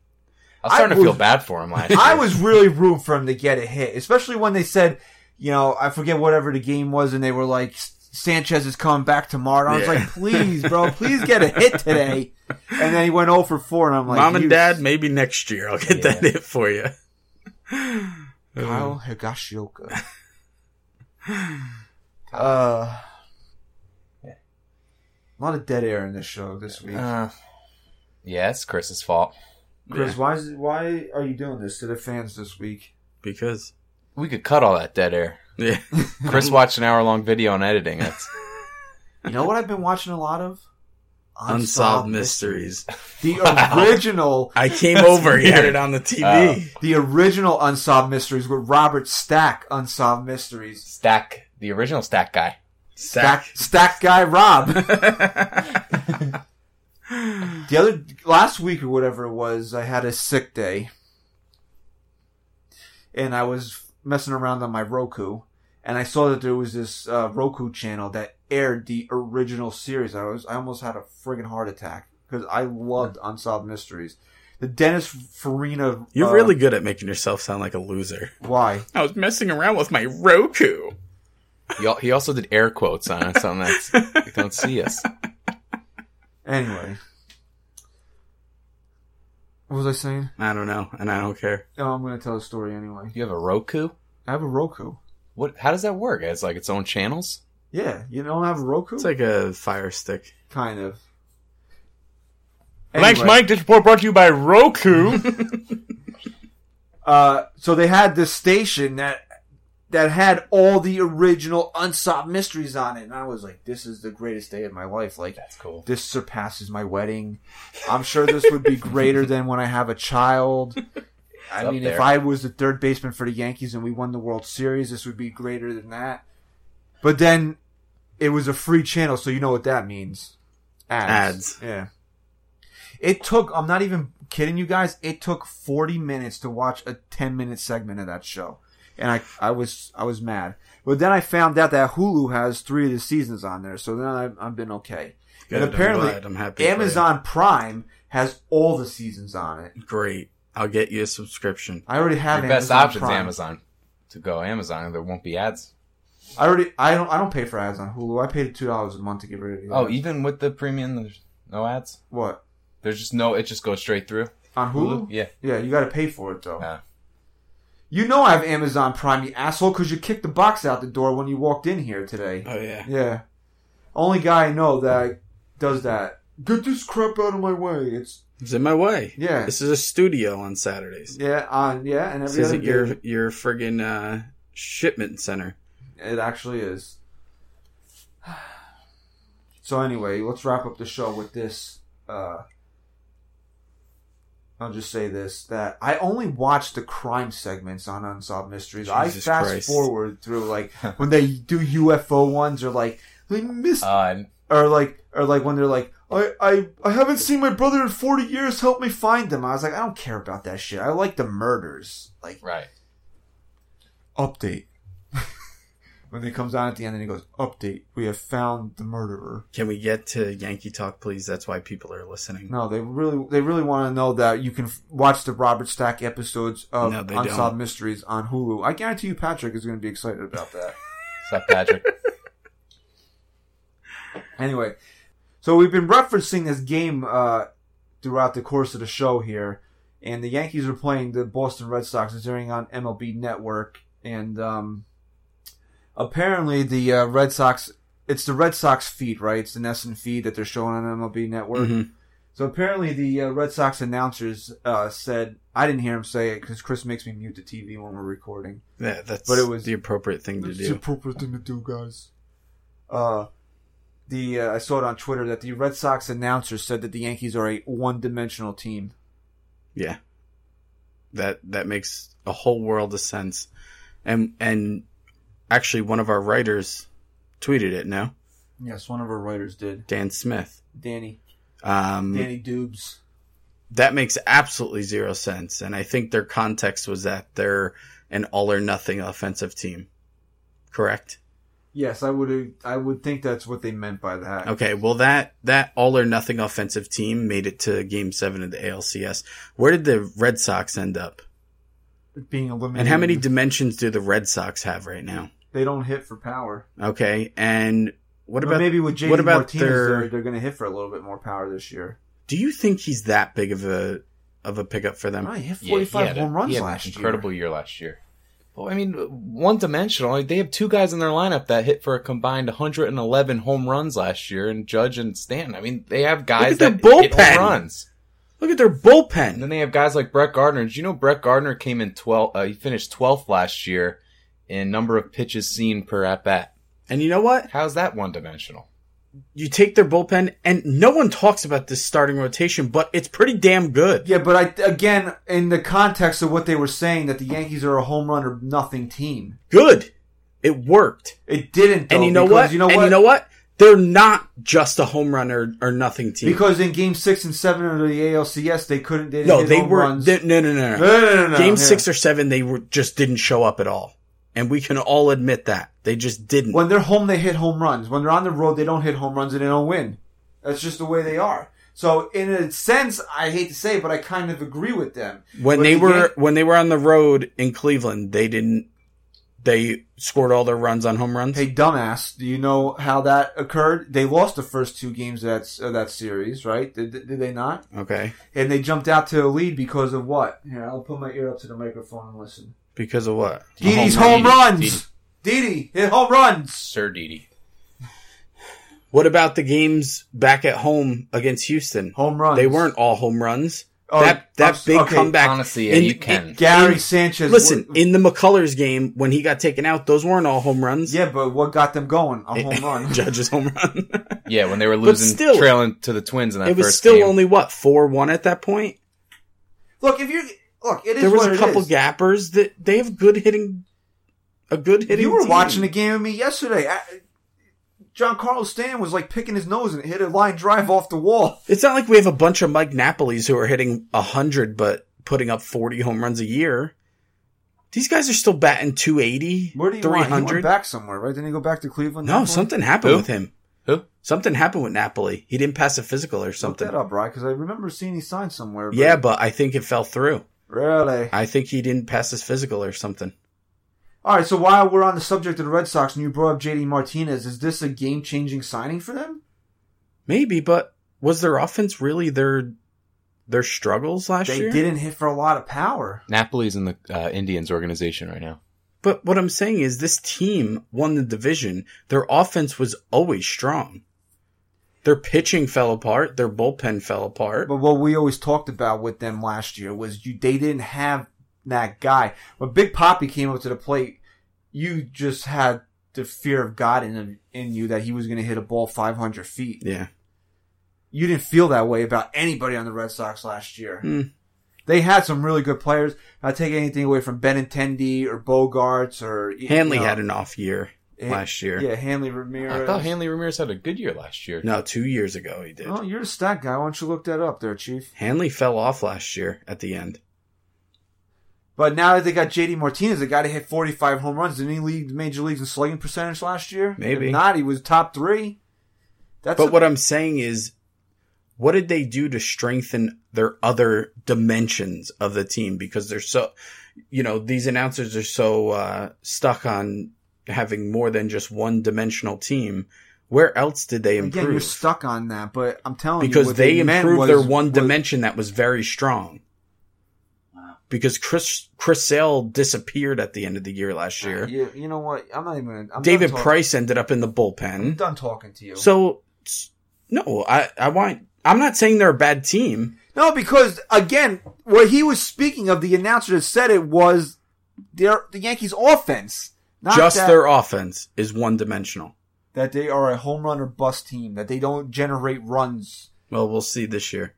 Speaker 4: I was starting
Speaker 2: I
Speaker 4: to feel
Speaker 2: was-
Speaker 4: bad for him last year.
Speaker 3: <laughs>
Speaker 2: I was really rooting for him to get a hit, especially when they said, you know, I forget whatever the game was, and they were like, Sanchez is coming back tomorrow. I was
Speaker 3: Yeah.
Speaker 2: like, please, bro, please get a hit
Speaker 3: <laughs>
Speaker 2: today. And then he went 0 for 4, and I'm like,
Speaker 3: Mom and
Speaker 2: you
Speaker 3: Dad, maybe next year I'll get that hit <laughs> for you.
Speaker 2: Kyle
Speaker 3: <laughs>
Speaker 2: Higashioka. uh, a lot of dead air in this show this week.
Speaker 4: Uh, yeah, it's Chris's fault.
Speaker 2: Chris, why is why are you doing this to the fans this week?
Speaker 3: Because
Speaker 4: We could cut all that dead air.
Speaker 2: <laughs>
Speaker 3: yeah,
Speaker 4: Chris watched an hour long video on editing. That's
Speaker 2: You know what I've been watching a lot of?
Speaker 3: unsolved mysteries.
Speaker 2: The original, <laughs>
Speaker 3: I came over. He had
Speaker 4: weird.
Speaker 3: it on the TV.
Speaker 2: the original unsolved mysteries with Robert Stack, unsolved mysteries.
Speaker 4: <laughs> Stack, the original Stack guy.
Speaker 2: Stack, Stack guy
Speaker 3: <laughs>
Speaker 2: Rob. <laughs> the other last week or whatever it was, I had a sick day, and I was messing around on my Roku, and I saw that there was this uh, Roku channel that aired the original series. I was I almost had a friggin' heart attack because I loved Unsolved Mysteries. The Dennis Farina.
Speaker 3: You're
Speaker 2: uh,
Speaker 3: really good at making yourself sound like a loser.
Speaker 2: why?
Speaker 3: I was messing around with my Roku.
Speaker 4: He, al- he also did air quotes on us on <laughs> that. You don't see us.
Speaker 2: Anyway, what was I saying?
Speaker 3: I don't know, and I don't care.
Speaker 2: Oh, I'm gonna tell a story anyway.
Speaker 4: You have a Roku?
Speaker 2: I have a Roku.
Speaker 4: What? How does that work? It's like its own channels.
Speaker 2: Yeah, you don't have a Roku.
Speaker 3: It's like a fire stick.
Speaker 2: kind of.
Speaker 4: Thanks,
Speaker 2: Anyway,
Speaker 4: Mike. This report brought to you by Roku.
Speaker 2: Uh, so they had this station that that had all the original unsolved mysteries on it, and I was like, "This is the greatest day of my life!" Like,
Speaker 4: That's cool.
Speaker 2: this surpasses my wedding. I'm sure this would be greater than when I have a
Speaker 4: <laughs>
Speaker 2: child. I
Speaker 4: up
Speaker 2: mean, if
Speaker 4: there.
Speaker 2: I was the third baseman for the Yankees and we won the World Series, this would be greater than that. But then it was a free channel, so you know what that means. Ads.
Speaker 3: Ads.
Speaker 2: Yeah. It took, I'm not even kidding you guys, it took 40 minutes to watch a 10 minute segment of that show. And I, I was, I was mad. But then I found out that Hulu has three of the seasons on there, so then I've, I've been okay.
Speaker 3: Good,
Speaker 2: and
Speaker 3: I'm
Speaker 2: apparently,
Speaker 3: glad. I'm happy for
Speaker 2: Amazon Prime has all the seasons on it.
Speaker 3: Great. I'll get you a subscription.
Speaker 2: I already have
Speaker 4: Your best
Speaker 2: Amazon
Speaker 4: option's
Speaker 2: Prime.
Speaker 4: Amazon. To go Amazon, there won't be ads.
Speaker 2: I already, I don't, I don't pay for ads on Hulu. I paid two dollars a month to get rid of it.
Speaker 4: Oh, even with the premium, there's no ads.
Speaker 2: what
Speaker 4: There's just no. It just goes straight through.
Speaker 2: on Hulu?
Speaker 4: Yeah.
Speaker 2: yeah, you got to pay for it though.
Speaker 4: Ah.
Speaker 2: You know I have Amazon Prime, you asshole, because you kicked the box out the door when you walked in here today.
Speaker 3: Oh yeah.
Speaker 2: Yeah, only guy I know that does that. Get this crap out of my way. It's
Speaker 3: It's in my way.
Speaker 2: Yeah.
Speaker 3: This is a studio on Saturdays.
Speaker 2: yeah, on yeah, and
Speaker 3: This
Speaker 2: every other
Speaker 3: isn't your
Speaker 2: day.
Speaker 3: your friggin' uh, shipment center.
Speaker 2: It actually is. <sighs> So anyway, let's wrap up the show with this. Uh, I'll just say this: that I only watch the crime segments on Unsolved Mysteries. I
Speaker 3: Jesus
Speaker 2: fast
Speaker 3: Christ.
Speaker 2: forward through
Speaker 3: <laughs>
Speaker 2: like when they do UFO ones, or like they missed,
Speaker 4: Uh,
Speaker 2: or like or like when they're like, I, I I haven't seen my brother in forty years. Help me find them. I was like, I don't care about that shit. I like the murders. Like
Speaker 4: right.
Speaker 2: update. <laughs> when he comes on at the end and he goes, "Update: We have found the murderer."
Speaker 3: Can we get to Yankee Talk, please? That's why people are listening.
Speaker 2: No, they really they really want to know that you can f- watch the Robert Stack episodes of
Speaker 3: No, they
Speaker 2: Unsolved
Speaker 3: don't.
Speaker 2: Mysteries on Hulu. I guarantee you, Patrick is going to be excited about that.
Speaker 4: What's
Speaker 2: <laughs>
Speaker 4: up, Patrick?
Speaker 2: Anyway, so we've been referencing this game uh, throughout the course of the show here, and the Yankees are playing the Boston Red Sox. It's airing on MLB Network, and um, apparently the uh, Red Sox. It's the Red Sox feed, right? It's the Nesson feed that they're showing on MLB Network.
Speaker 3: Mhm.
Speaker 2: So apparently the uh, Red Sox announcers uh, said, I didn't hear him say it because Chris makes me mute the TV when we're recording.
Speaker 3: Yeah, that's
Speaker 2: But it was-
Speaker 3: the appropriate thing to
Speaker 2: It's the
Speaker 3: do.
Speaker 2: appropriate thing to do, guys. Uh, the uh, I saw it on Twitter that the Red Sox announcer said that the Yankees are a one-dimensional team.
Speaker 3: Yeah. That that makes a whole world of sense. And and actually one of our writers tweeted it, no?
Speaker 2: Yes, one of our writers did.
Speaker 3: Dan Smith.
Speaker 2: Danny,
Speaker 3: Um
Speaker 2: Danny Dubes.
Speaker 3: that makes absolutely zero sense. And I think their context was that they're an all or nothing offensive team. Correct?
Speaker 2: Yes, I would. uh, I would think that's what they meant by that.
Speaker 3: Okay, well that that all or nothing offensive team made it to game 7 of the ALCS. Where did the Red Sox end up?
Speaker 2: Being eliminated.
Speaker 3: And how many dimensions do the Red Sox have right now?
Speaker 2: they don't hit for power?
Speaker 3: Okay, and what
Speaker 2: But
Speaker 3: about
Speaker 2: maybe with JD
Speaker 3: what about
Speaker 2: Martinez,
Speaker 3: their?
Speaker 2: they're, they're going to hit for a little bit more power this year.
Speaker 3: Do you think he's that big of a of a pickup for them?
Speaker 2: Oh, he hit
Speaker 4: Yeah, he
Speaker 2: forty-five
Speaker 4: had a-
Speaker 2: home runs
Speaker 4: he had an
Speaker 2: last
Speaker 4: Incredible year last year. Well, I mean, one dimensional. They have two guys in their lineup that hit for a combined 111 home runs last year, and Judge and Stanton. I mean, they have guys
Speaker 3: at their
Speaker 4: that hit
Speaker 3: bullpen.
Speaker 4: home runs.
Speaker 3: Look at their
Speaker 4: And
Speaker 3: bullpen.
Speaker 4: then they have guys like Brett Gardner. Did you know Brett Gardner came in 12? Uh, he finished 12th last year in number of pitches seen per at bat.
Speaker 3: And you know what?
Speaker 4: How's that one dimensional?
Speaker 3: You take their bullpen, and no one talks about this starting rotation, but it's pretty damn good.
Speaker 2: Yeah, but I again, in the context of what they were saying, that the Yankees are a home run or nothing team.
Speaker 3: Good. It worked.
Speaker 2: It didn't. Though,
Speaker 3: and you know
Speaker 2: because
Speaker 3: what? and you know what? They're not just a home run or, or nothing team.
Speaker 2: Because in Game Six and Seven of the ALCS, they couldn't. They didn't
Speaker 3: no,
Speaker 2: hit
Speaker 3: they
Speaker 2: home
Speaker 3: were
Speaker 2: runs.
Speaker 3: they- no, no,
Speaker 2: No,
Speaker 3: no, no.
Speaker 2: no, no, no, no, yeah.
Speaker 3: Game six or seven, they were just didn't show up at all, and we can all admit that they just didn't.
Speaker 2: When they're home, they hit home runs. When they're on the road, they don't hit home runs and they don't win. That's just the way they are. So, in a sense, I hate to say, it, but I kind of agree with them.
Speaker 3: when
Speaker 2: But
Speaker 3: they
Speaker 2: the
Speaker 3: were
Speaker 2: Yan-
Speaker 3: when they were on the road in Cleveland, they didn't they scored all their runs on home runs.
Speaker 2: hey, dumbass, do you know how that occurred? They lost the first two games of that of that series, right? Did, did they not?
Speaker 3: Okay,
Speaker 2: And they jumped out to a lead because of what? Here, I'll put my ear up to the microphone and listen.
Speaker 3: because of what?
Speaker 2: Didi's home,
Speaker 4: home run.
Speaker 2: runs. Didi hit home runs.
Speaker 4: Sir Didi.
Speaker 3: What about the games back at home against Houston?
Speaker 2: Home runs.
Speaker 3: They weren't all home runs.
Speaker 2: Oh,
Speaker 3: that that
Speaker 2: I'm-
Speaker 3: big
Speaker 2: okay,
Speaker 3: comeback.
Speaker 4: honestly, yeah, you can.
Speaker 2: Gary
Speaker 3: in-
Speaker 2: Sanchez.
Speaker 3: listen,
Speaker 2: wa-
Speaker 3: in the McCullers game when he got taken out, those weren't all home runs.
Speaker 2: Yeah, but what got them going?
Speaker 3: <laughs>
Speaker 2: A home run.
Speaker 3: Judge's home run. <laughs>
Speaker 4: Yeah, when they were losing,
Speaker 3: still-
Speaker 4: trailing to the Twins in that
Speaker 3: it was
Speaker 4: first
Speaker 3: still
Speaker 4: game.
Speaker 3: only what four one at that point.
Speaker 2: look, if you look, it is
Speaker 3: There was
Speaker 2: what
Speaker 3: a
Speaker 2: it
Speaker 3: couple
Speaker 2: is.
Speaker 3: gappers that they have good hitting. A good hitting.
Speaker 2: You were
Speaker 3: team.
Speaker 2: watching the game with me yesterday. I, John Carlos Stanton was like picking his nose and it hit a line drive off the wall.
Speaker 3: It's not like we have a bunch of Mike Napoli's who are hitting 100 but putting up 40 home runs a year. These guys are still batting 280,
Speaker 2: Where did he want? He
Speaker 3: 300.
Speaker 2: went back somewhere, right? Didn't he go back to Cleveland?
Speaker 3: no,
Speaker 2: Napoli?
Speaker 3: something happened
Speaker 4: Who?
Speaker 3: with him.
Speaker 4: Who?
Speaker 3: Something happened with Napoli. He didn't pass a physical or
Speaker 2: Look
Speaker 3: something.
Speaker 2: that up, right? Because I remember seeing he signed somewhere. But
Speaker 3: Yeah, but I think it fell through.
Speaker 2: really.
Speaker 3: I think he didn't pass his physical or something.
Speaker 2: All right. So while we're on the subject of the Red Sox, and you brought up JD Martinez, is this a game-changing signing for them?
Speaker 3: Maybe, but was their offense really their their struggles last
Speaker 2: They
Speaker 3: year?
Speaker 2: didn't hit for a lot of power.
Speaker 4: Napoli's in the uh, Indians organization right now.
Speaker 3: But what I'm saying is this team won the division. Their offense was always strong. Their pitching fell apart. Their bullpen fell apart.
Speaker 2: But what we always talked about with them last year was you they didn't have that guy. When Big Poppy came up to the plate, you just had the fear of God in in you that he was going to hit a ball 500 feet.
Speaker 3: Yeah.
Speaker 2: You didn't feel that way about anybody on the Red Sox last year.
Speaker 3: Hmm.
Speaker 2: They had some really good players. Not taking anything away from Benintendi or Bogarts or you
Speaker 3: Hanley
Speaker 2: know,
Speaker 3: had an off year
Speaker 2: Han-
Speaker 3: last year.
Speaker 2: Yeah, Hanley Ramirez.
Speaker 4: I thought Hanley Ramirez had a good year last year.
Speaker 3: No, two years ago he did.
Speaker 2: Oh, you're a stat guy. Why don't you look that up there, Chief?
Speaker 3: Hanley fell off last year at the end.
Speaker 2: But now that they got JD Martinez, a guy that hit 45 home runs, didn't he lead the major leagues in slugging percentage last year?
Speaker 3: Maybe.
Speaker 2: If not, he was top three. That's
Speaker 3: But
Speaker 2: a-
Speaker 3: what I'm saying is, what did they do to strengthen their other dimensions of the team? Because they're so, you know, these announcers are so uh, stuck on having more than just one dimensional team. Where else did they
Speaker 2: again,
Speaker 3: improve?
Speaker 2: you're stuck on that. But I'm telling you,
Speaker 3: because
Speaker 2: what
Speaker 3: they,
Speaker 2: meant
Speaker 3: improved
Speaker 2: was-
Speaker 3: their one
Speaker 2: was-
Speaker 3: dimension that was very strong. Because Chris Chris Sale disappeared at the end of the year last year.
Speaker 2: You, you know what? I'm not even. gonna- Ah, I'm
Speaker 3: David
Speaker 2: done talk-
Speaker 3: Price ended up in the
Speaker 2: I'm
Speaker 3: bullpen.
Speaker 2: done talking to you.
Speaker 3: So s- no, I I want. I'm not saying they're a bad team.
Speaker 2: No, because again, what he was speaking of, the announcer that said it was their the Yankees' offense, not
Speaker 3: Just
Speaker 2: that,
Speaker 3: their offense is one dimensional.
Speaker 2: that they are a home run or bust team, that they don't generate runs.
Speaker 3: Well, we'll see this year.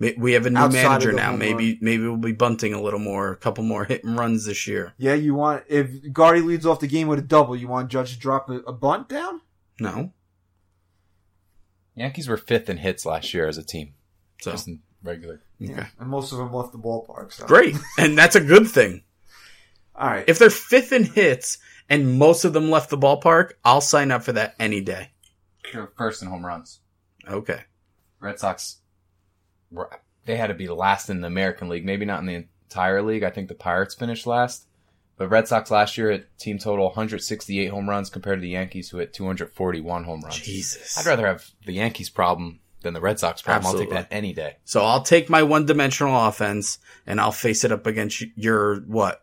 Speaker 3: Ma- We have a new
Speaker 2: Outside of
Speaker 3: manager
Speaker 2: the
Speaker 3: now.
Speaker 2: home
Speaker 3: Maybe maybe we'll be bunting a little more, a couple more hit and runs this year.
Speaker 2: Yeah, you want if Guardy leads off the game with a double, you want Judge to drop a, a bunt down.
Speaker 3: No,
Speaker 4: Yankees were fifth in hits last year as a team,
Speaker 3: so
Speaker 4: just in regular.
Speaker 3: okay.
Speaker 2: and most of them left the ballpark. So.
Speaker 3: great, and that's a good thing.
Speaker 2: All right.
Speaker 3: If they're fifth in hits and most of them left the ballpark, I'll sign up for that any day.
Speaker 4: First in home runs.
Speaker 3: Okay.
Speaker 4: Red Sox were they had to be last in the American League, maybe not in the entire league. I think the Pirates finished last. But Red Sox last year hit team total 168 home runs compared to the Yankees who hit 241 home runs.
Speaker 3: Jesus.
Speaker 4: I'd rather have the Yankees problem than the Red Sox problem. I'll take
Speaker 3: Absolutely.
Speaker 4: that any day.
Speaker 3: So I'll take my one dimensional offense and I'll face it up against y- your what?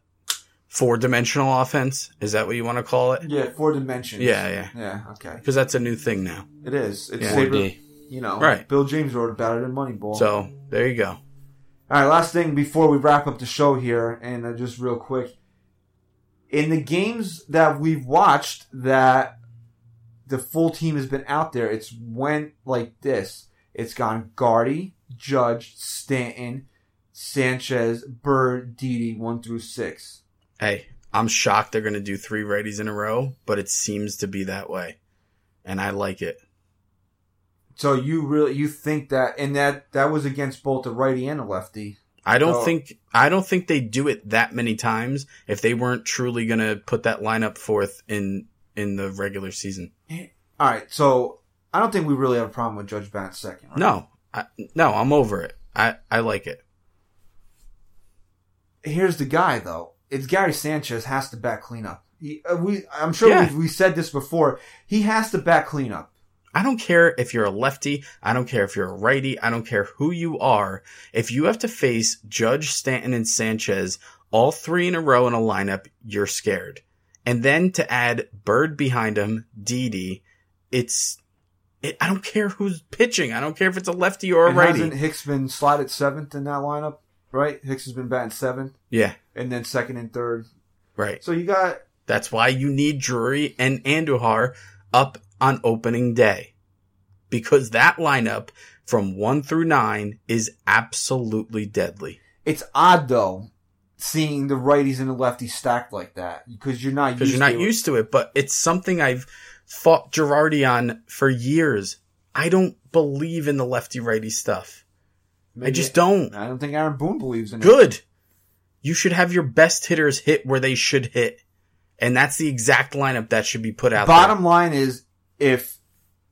Speaker 3: Four dimensional offense? Is that what you want to call it?
Speaker 2: yeah, four dimensions.
Speaker 3: Yeah, yeah.
Speaker 2: yeah. Okay,
Speaker 3: Because that's a new thing now.
Speaker 2: it is. It's
Speaker 3: Yeah.
Speaker 2: saber-
Speaker 4: 4D.
Speaker 2: You know,
Speaker 3: Right.
Speaker 2: Bill James wrote about it in Moneyball.
Speaker 3: So there you go.
Speaker 2: All right, last thing before we wrap up the show here, and uh, just real quick, in the games that we've watched that the full team has been out there, it's went like this: it's gone Guardy, Judge, Stanton, Sanchez, Bird, Didi, one through six.
Speaker 3: Hey, I'm shocked they're going to do three righties in a row, but it seems to be that way. And I like it.
Speaker 2: So you really you think that, and that that was against both the righty and the lefty.
Speaker 3: I don't
Speaker 2: Oh.
Speaker 3: think I don't think they do it that many times if they weren't truly going to put that lineup forth in in the regular season.
Speaker 2: All right, so I don't think we really have a problem with Judge Bat second. Right?
Speaker 3: No, I, no, I'm over it. I I like it.
Speaker 2: here's the guy though. It's Gary Sanchez has to bat cleanup. He, uh, we, I'm sure
Speaker 3: Yeah.
Speaker 2: we've, we said this before. He has to bat cleanup.
Speaker 3: I don't care if you're a lefty. I don't care if you're a righty. I don't care who you are. If you have to face Judge Stanton and Sanchez all three in a row in a lineup, you're scared. And then to add Bird behind him, Didi, it's it, I don't care who's pitching. I don't care if it's a lefty or a
Speaker 2: And
Speaker 3: righty.
Speaker 2: Hasn't Hicks been slotted seventh in that lineup? Right? Hicks has been batting seventh
Speaker 3: yeah,
Speaker 2: and then second and third.
Speaker 3: right.
Speaker 2: So you got
Speaker 3: That's why you need Drury and Andujar up on opening day. Because that lineup from one through nine is absolutely deadly.
Speaker 2: it's odd though seeing the righties and the lefties stacked like that because you're not
Speaker 3: Because
Speaker 2: used
Speaker 3: you're not
Speaker 2: to it.
Speaker 3: used to it, but it's something I've fought Girardi on for years. I don't believe in the lefty righty stuff. I
Speaker 2: Maybe-
Speaker 3: just don't.
Speaker 2: I don't think Aaron Boone believes in it.
Speaker 3: Good. You should have your best hitters hit where they should hit. And that's the exact lineup that should be put out
Speaker 2: Bottom
Speaker 3: there.
Speaker 2: line is, if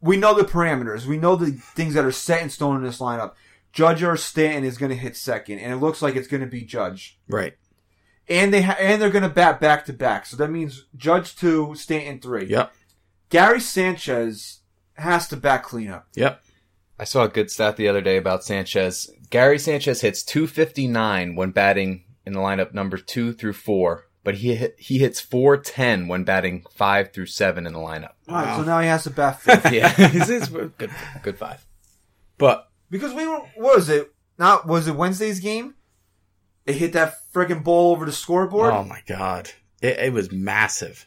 Speaker 2: we know the parameters, we know the things that are set in stone in this lineup. Judge or Stanton is going to hit second, and it looks like it's going to be Judge.
Speaker 3: Right.
Speaker 2: And they ha- and they're going to bat back to back, so that means Judge two, Stanton three.
Speaker 3: Yep.
Speaker 2: Gary Sanchez has to bat cleanup.
Speaker 3: Yep.
Speaker 4: I saw a good stat the other day about Sanchez. Gary Sanchez hits 259 when batting in the lineup number 2 through 4, but he hit, he hits 410 when batting 5 through 7 in the lineup.
Speaker 2: All right, so now he has to
Speaker 3: <laughs>
Speaker 2: bat fifth
Speaker 4: <laughs> Yeah. this is good good five.
Speaker 3: But
Speaker 2: because we were what was it not was it Wednesday's game? It hit that friggin' ball over the scoreboard.
Speaker 3: Oh my god, it, it was massive.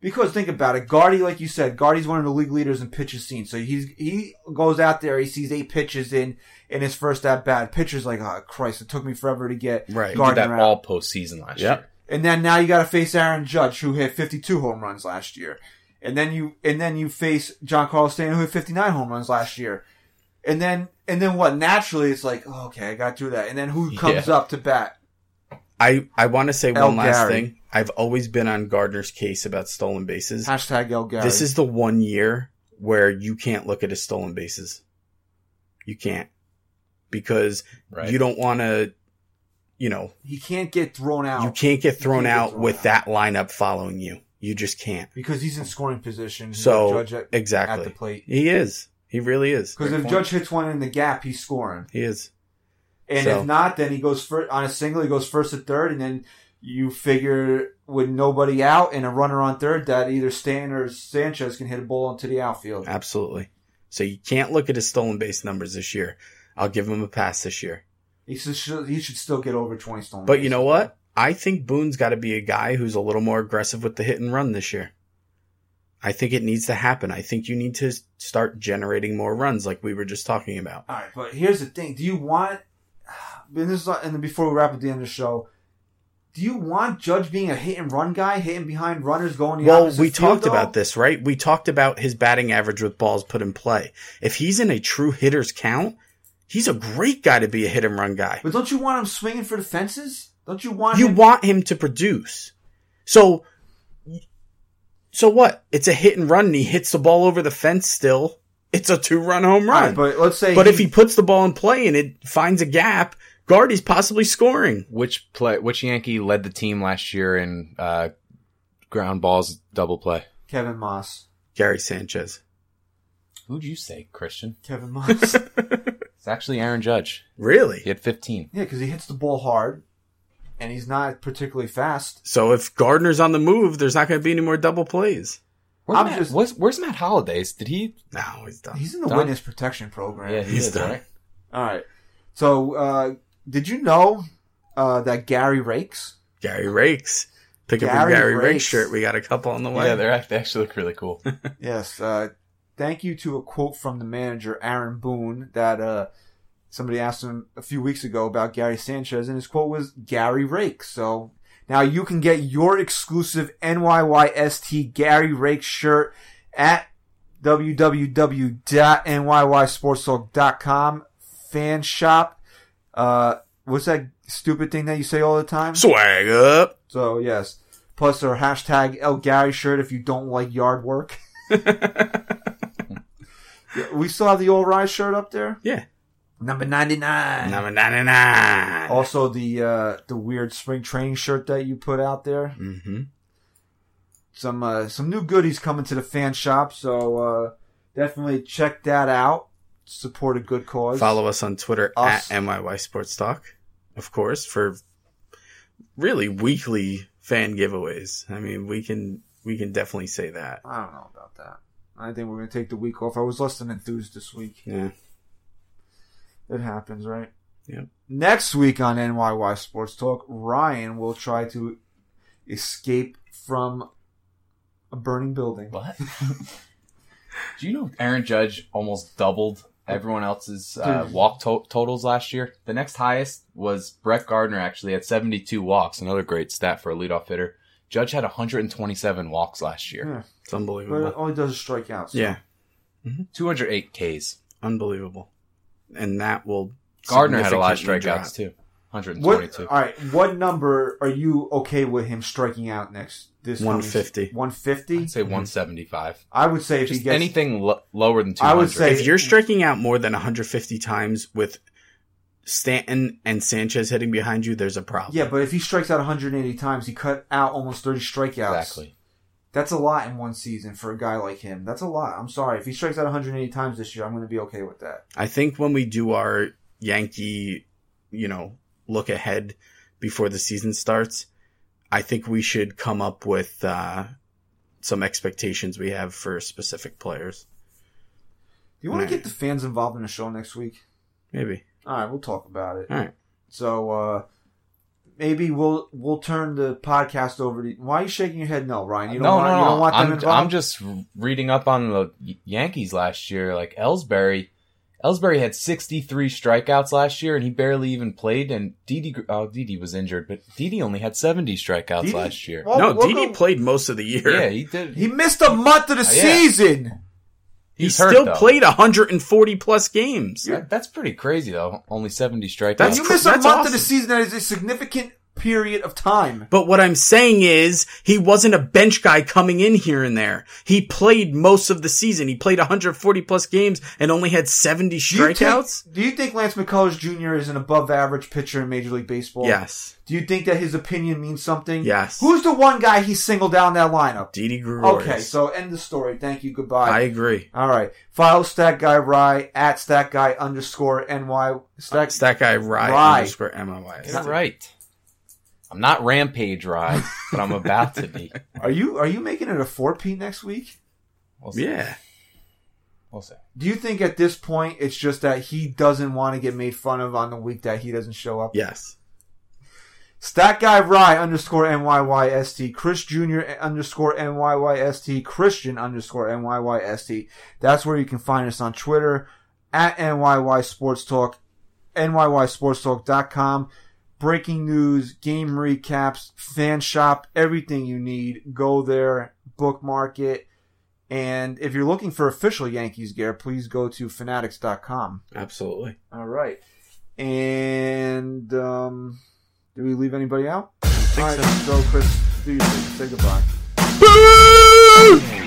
Speaker 2: Because think about it, Guardy, like you said, Guardy's one of the league leaders in pitches seen. So he's he goes out there, he sees eight pitches in in his first at bat. Pitcher's like, oh Christ, it took me forever to get
Speaker 3: Right. He did
Speaker 4: He did that
Speaker 2: Gardner out.
Speaker 4: all postseason last
Speaker 3: Yep.
Speaker 4: year.
Speaker 2: and then now you got to face Aaron Judge, who hit fifty two home runs last year, and then you and then you face John Carlos Stanton, who hit fifty nine home runs last year, and
Speaker 3: <laughs>
Speaker 2: then and then what? Naturally, it's like, oh, okay, I got to do that. And then who comes
Speaker 4: Yeah.
Speaker 2: up to bat?
Speaker 3: I I want to say
Speaker 2: El
Speaker 3: one last
Speaker 2: Gary.
Speaker 3: thing. I've always been on Gardner's case about stolen bases.
Speaker 2: Hashtag El Gary.
Speaker 3: This is the one year where you can't look at his stolen bases. You can't because
Speaker 4: Right.
Speaker 3: you don't want to. You know,
Speaker 2: he can't get thrown out.
Speaker 3: you can't get
Speaker 2: can't
Speaker 3: thrown
Speaker 2: get
Speaker 3: out
Speaker 2: thrown
Speaker 3: with
Speaker 2: out.
Speaker 3: that lineup following you. You just can't.
Speaker 2: because he's in scoring position. He's
Speaker 3: So,
Speaker 2: gonna judge at,
Speaker 3: exactly.
Speaker 2: at the plate.
Speaker 3: He is. He really is.
Speaker 2: Because if
Speaker 3: Good
Speaker 2: Judge
Speaker 3: point.
Speaker 2: hits one in the gap, he's scoring.
Speaker 3: he is.
Speaker 2: And
Speaker 3: So-
Speaker 2: if not, then he goes first, on a single. He goes first to third, and then you figure with nobody out and a runner on third that either Stan or Sanchez can hit a ball into the outfield.
Speaker 3: Absolutely. So you can't look at his stolen base numbers this year. I'll give him a pass this year.
Speaker 2: He should, he should still get over twenty stolen.
Speaker 3: But
Speaker 2: bases.
Speaker 3: you know what? I think Boone's got to be a guy who's a little more aggressive with the hit and run this year. I think it needs to happen. I think you need to start generating more runs like we were just talking about.
Speaker 2: All right, but here's the thing: Do you want? And this is, and then before we wrap up the end of the show, do you want Judge being a hit and run guy, hitting behind runners, going? The
Speaker 3: Well,
Speaker 2: opposite
Speaker 3: we
Speaker 2: field,
Speaker 3: talked about
Speaker 2: though?
Speaker 3: this, right? We talked about his batting average with balls put in play. If he's in a true hitter's count, he's a great guy to be a hit and run guy.
Speaker 2: But don't you want him swinging for the fences? Don't you want
Speaker 3: You
Speaker 2: him-
Speaker 3: want him to produce. So, so what? It's a hit and run and he hits the ball over the fence still. It's a two run home
Speaker 2: All right,
Speaker 3: run.
Speaker 2: but let's say,
Speaker 3: But if he puts the ball in play and it finds a gap, Guardy's possibly scoring.
Speaker 4: Which play? Which Yankee led the team last year in uh, ground balls double play?
Speaker 2: Kevin Moss,
Speaker 3: Gary Sanchez.
Speaker 4: Who'd you say, Christian?
Speaker 3: <laughs>
Speaker 2: Kevin Moss,
Speaker 4: It's actually Aaron Judge.
Speaker 3: Really?
Speaker 4: He had 15.
Speaker 2: yeah, because he hits the ball hard, and he's not particularly fast.
Speaker 3: So if Gardner's on the move, there's not going to be any more double plays.
Speaker 4: Where's
Speaker 2: I'm
Speaker 4: Matt,
Speaker 2: just-
Speaker 4: where's, where's Matt Holidays? Did he?
Speaker 3: No, he's done.
Speaker 2: He's in the
Speaker 4: Don-
Speaker 2: witness protection program.
Speaker 4: Yeah, he
Speaker 3: he's
Speaker 4: is,
Speaker 3: done.
Speaker 4: right?
Speaker 2: All right. So, uh, did you know uh, that Gary Rakes?
Speaker 3: Gary Rakes. Pick up
Speaker 2: Gary
Speaker 3: a Gary Rakes.
Speaker 2: Rakes.
Speaker 3: shirt. We got a couple on the way.
Speaker 4: Yeah, they're act- they actually look really cool.
Speaker 2: Yes. Uh, thank you to a quote from the manager, Aaron Boone, that uh, somebody asked him a few weeks ago about Gary Sanchez, and his quote was Gary Rake. So now you can get your exclusive NYYST Gary Rake shirt at www.nyysportstalk.com fan shop. Uh, what's that stupid thing that you say all the time?
Speaker 3: Swag up.
Speaker 2: So yes. Plus our hashtag El Gary shirt if you don't like yard work. <laughs> we still have the old Rise shirt up there.
Speaker 3: Yeah.
Speaker 2: Number ninety nine.
Speaker 3: Number 99.
Speaker 2: Also the uh, the weird spring training shirt that you put out there.
Speaker 3: hmm
Speaker 2: Some uh, some new goodies coming to the fan shop, so uh, definitely check that out. Support a good cause.
Speaker 3: Follow us on Twitter
Speaker 2: Us.
Speaker 3: at MYY Sports Talk, of course, for really weekly fan giveaways. I mean, we can we can definitely say that.
Speaker 2: I don't know about that. I think we're gonna take the week off. I was less than enthused this week.
Speaker 3: Yeah.
Speaker 2: It happens, right?
Speaker 3: Yep.
Speaker 2: Next week on NYY Sports Talk, Ryan will try to escape from a burning building.
Speaker 4: What?
Speaker 2: <laughs>
Speaker 4: Do you know Aaron Judge almost doubled everyone else's uh,
Speaker 2: Dude.
Speaker 4: walk to- totals last year? The next highest was Brett Gardner, actually, at 72 walks, another great stat for a leadoff hitter. Judge had 127 walks last year,
Speaker 2: Yeah,
Speaker 3: It's
Speaker 2: but it
Speaker 3: unbelievable.
Speaker 2: only does is strike out. so-
Speaker 3: Yeah,
Speaker 2: Hmm.
Speaker 4: 208 Ks.
Speaker 3: unbelievable. And that will
Speaker 4: Gardner had a lot of strikeouts,
Speaker 3: significantly drop.
Speaker 4: too. 122.
Speaker 2: What? All right. What number are you okay with him striking out next? This
Speaker 3: 150.
Speaker 2: One fifty.
Speaker 4: I'd say 175.
Speaker 2: I would say if he
Speaker 4: Just
Speaker 2: gets
Speaker 4: anything lo- lower than 200.
Speaker 2: I would say-
Speaker 3: If you're striking out more than 150 times with Stanton and Sanchez hitting behind you, there's a problem.
Speaker 2: Yeah, but if he strikes out 180 times, he cut out almost 30 strikeouts.
Speaker 4: Exactly.
Speaker 2: That's a lot in one season for a guy like him. That's a lot. I'm sorry. If he strikes out 180 times this year, I'm going to be okay with that.
Speaker 3: I think when we do our Yankee, you know, look ahead before the season starts, I think we should come up with uh, some expectations we have for specific players.
Speaker 2: Do you want
Speaker 3: Right.
Speaker 2: to get the fans involved in the show next week?
Speaker 3: Maybe.
Speaker 2: All right, we'll talk about it.
Speaker 3: All right.
Speaker 2: So uh, maybe we'll we'll turn the podcast over to. Why are you shaking your head? No, Ryan. You don't
Speaker 4: no,
Speaker 2: want.
Speaker 4: no, no.
Speaker 2: You don't want them
Speaker 4: I'm,
Speaker 2: involved.
Speaker 4: I'm just reading up on the Y- Yankees last year. Like Ellsbury, Ellsbury had 63 strikeouts last year, and he barely even played. And Didi, oh, Didi was injured, but Didi only had 70 strikeouts
Speaker 2: Didi-
Speaker 4: last year.
Speaker 2: Well,
Speaker 3: no,
Speaker 2: we'll
Speaker 3: Didi
Speaker 2: go-
Speaker 3: played most of the year.
Speaker 4: yeah, he did.
Speaker 2: He missed a month of the
Speaker 4: Oh, yeah.
Speaker 2: season.
Speaker 3: he
Speaker 4: he's hurt,
Speaker 3: still
Speaker 4: though.
Speaker 3: played 140 plus games.
Speaker 4: That- that's pretty crazy, though. Only 70 strikeouts.
Speaker 3: That's
Speaker 2: you
Speaker 3: cr-
Speaker 2: miss a
Speaker 3: that's
Speaker 2: month of
Speaker 3: awesome.
Speaker 2: the season that is a significant period of time.
Speaker 3: But what I'm saying is he wasn't a bench guy coming in here and there. He played most of the season. He played 140 plus games and only had 70
Speaker 2: Do you, think,
Speaker 3: strikeouts.
Speaker 2: do you think Lance McCullers Jr. is an above average pitcher in Major League Baseball?
Speaker 3: Yes.
Speaker 2: Do you think that his opinion means something?
Speaker 3: Yes.
Speaker 2: Who's the one guy he singled down that lineup?
Speaker 3: Didi Gregorius.
Speaker 2: Okay, so end the story. Thank you. Goodbye.
Speaker 3: I agree.
Speaker 2: All right. Follow Stat Guy Rye at Stat Guy underscore NY. Stat,
Speaker 3: That's that guy Rye
Speaker 2: Rye.
Speaker 3: underscore MLY.
Speaker 4: You're right. I'm not rampage ride, but I'm about to be.
Speaker 2: Are you are you making it a four P next week? <laughs>
Speaker 4: We'll see.
Speaker 3: Yeah.
Speaker 4: We'll see.
Speaker 2: Do you think at this point it's just that he doesn't want to get made fun of on the week that he doesn't show up?
Speaker 3: Yes.
Speaker 2: Stat guy Rye underscore NYYST, Chris Jr. underscore NYYST, Christian underscore NYYST. That's where you can find us on Twitter at NYY Sports Talk, NYYSportsTalk.com. Breaking news, game recaps, fan shop, everything you need. Go there, bookmark it. And if you're looking for official Yankees gear, please go to fanatics.com.
Speaker 3: Absolutely.
Speaker 2: All right. And um, did we leave anybody out? All right, so. Chris, do your thing. Say goodbye.
Speaker 3: Boo!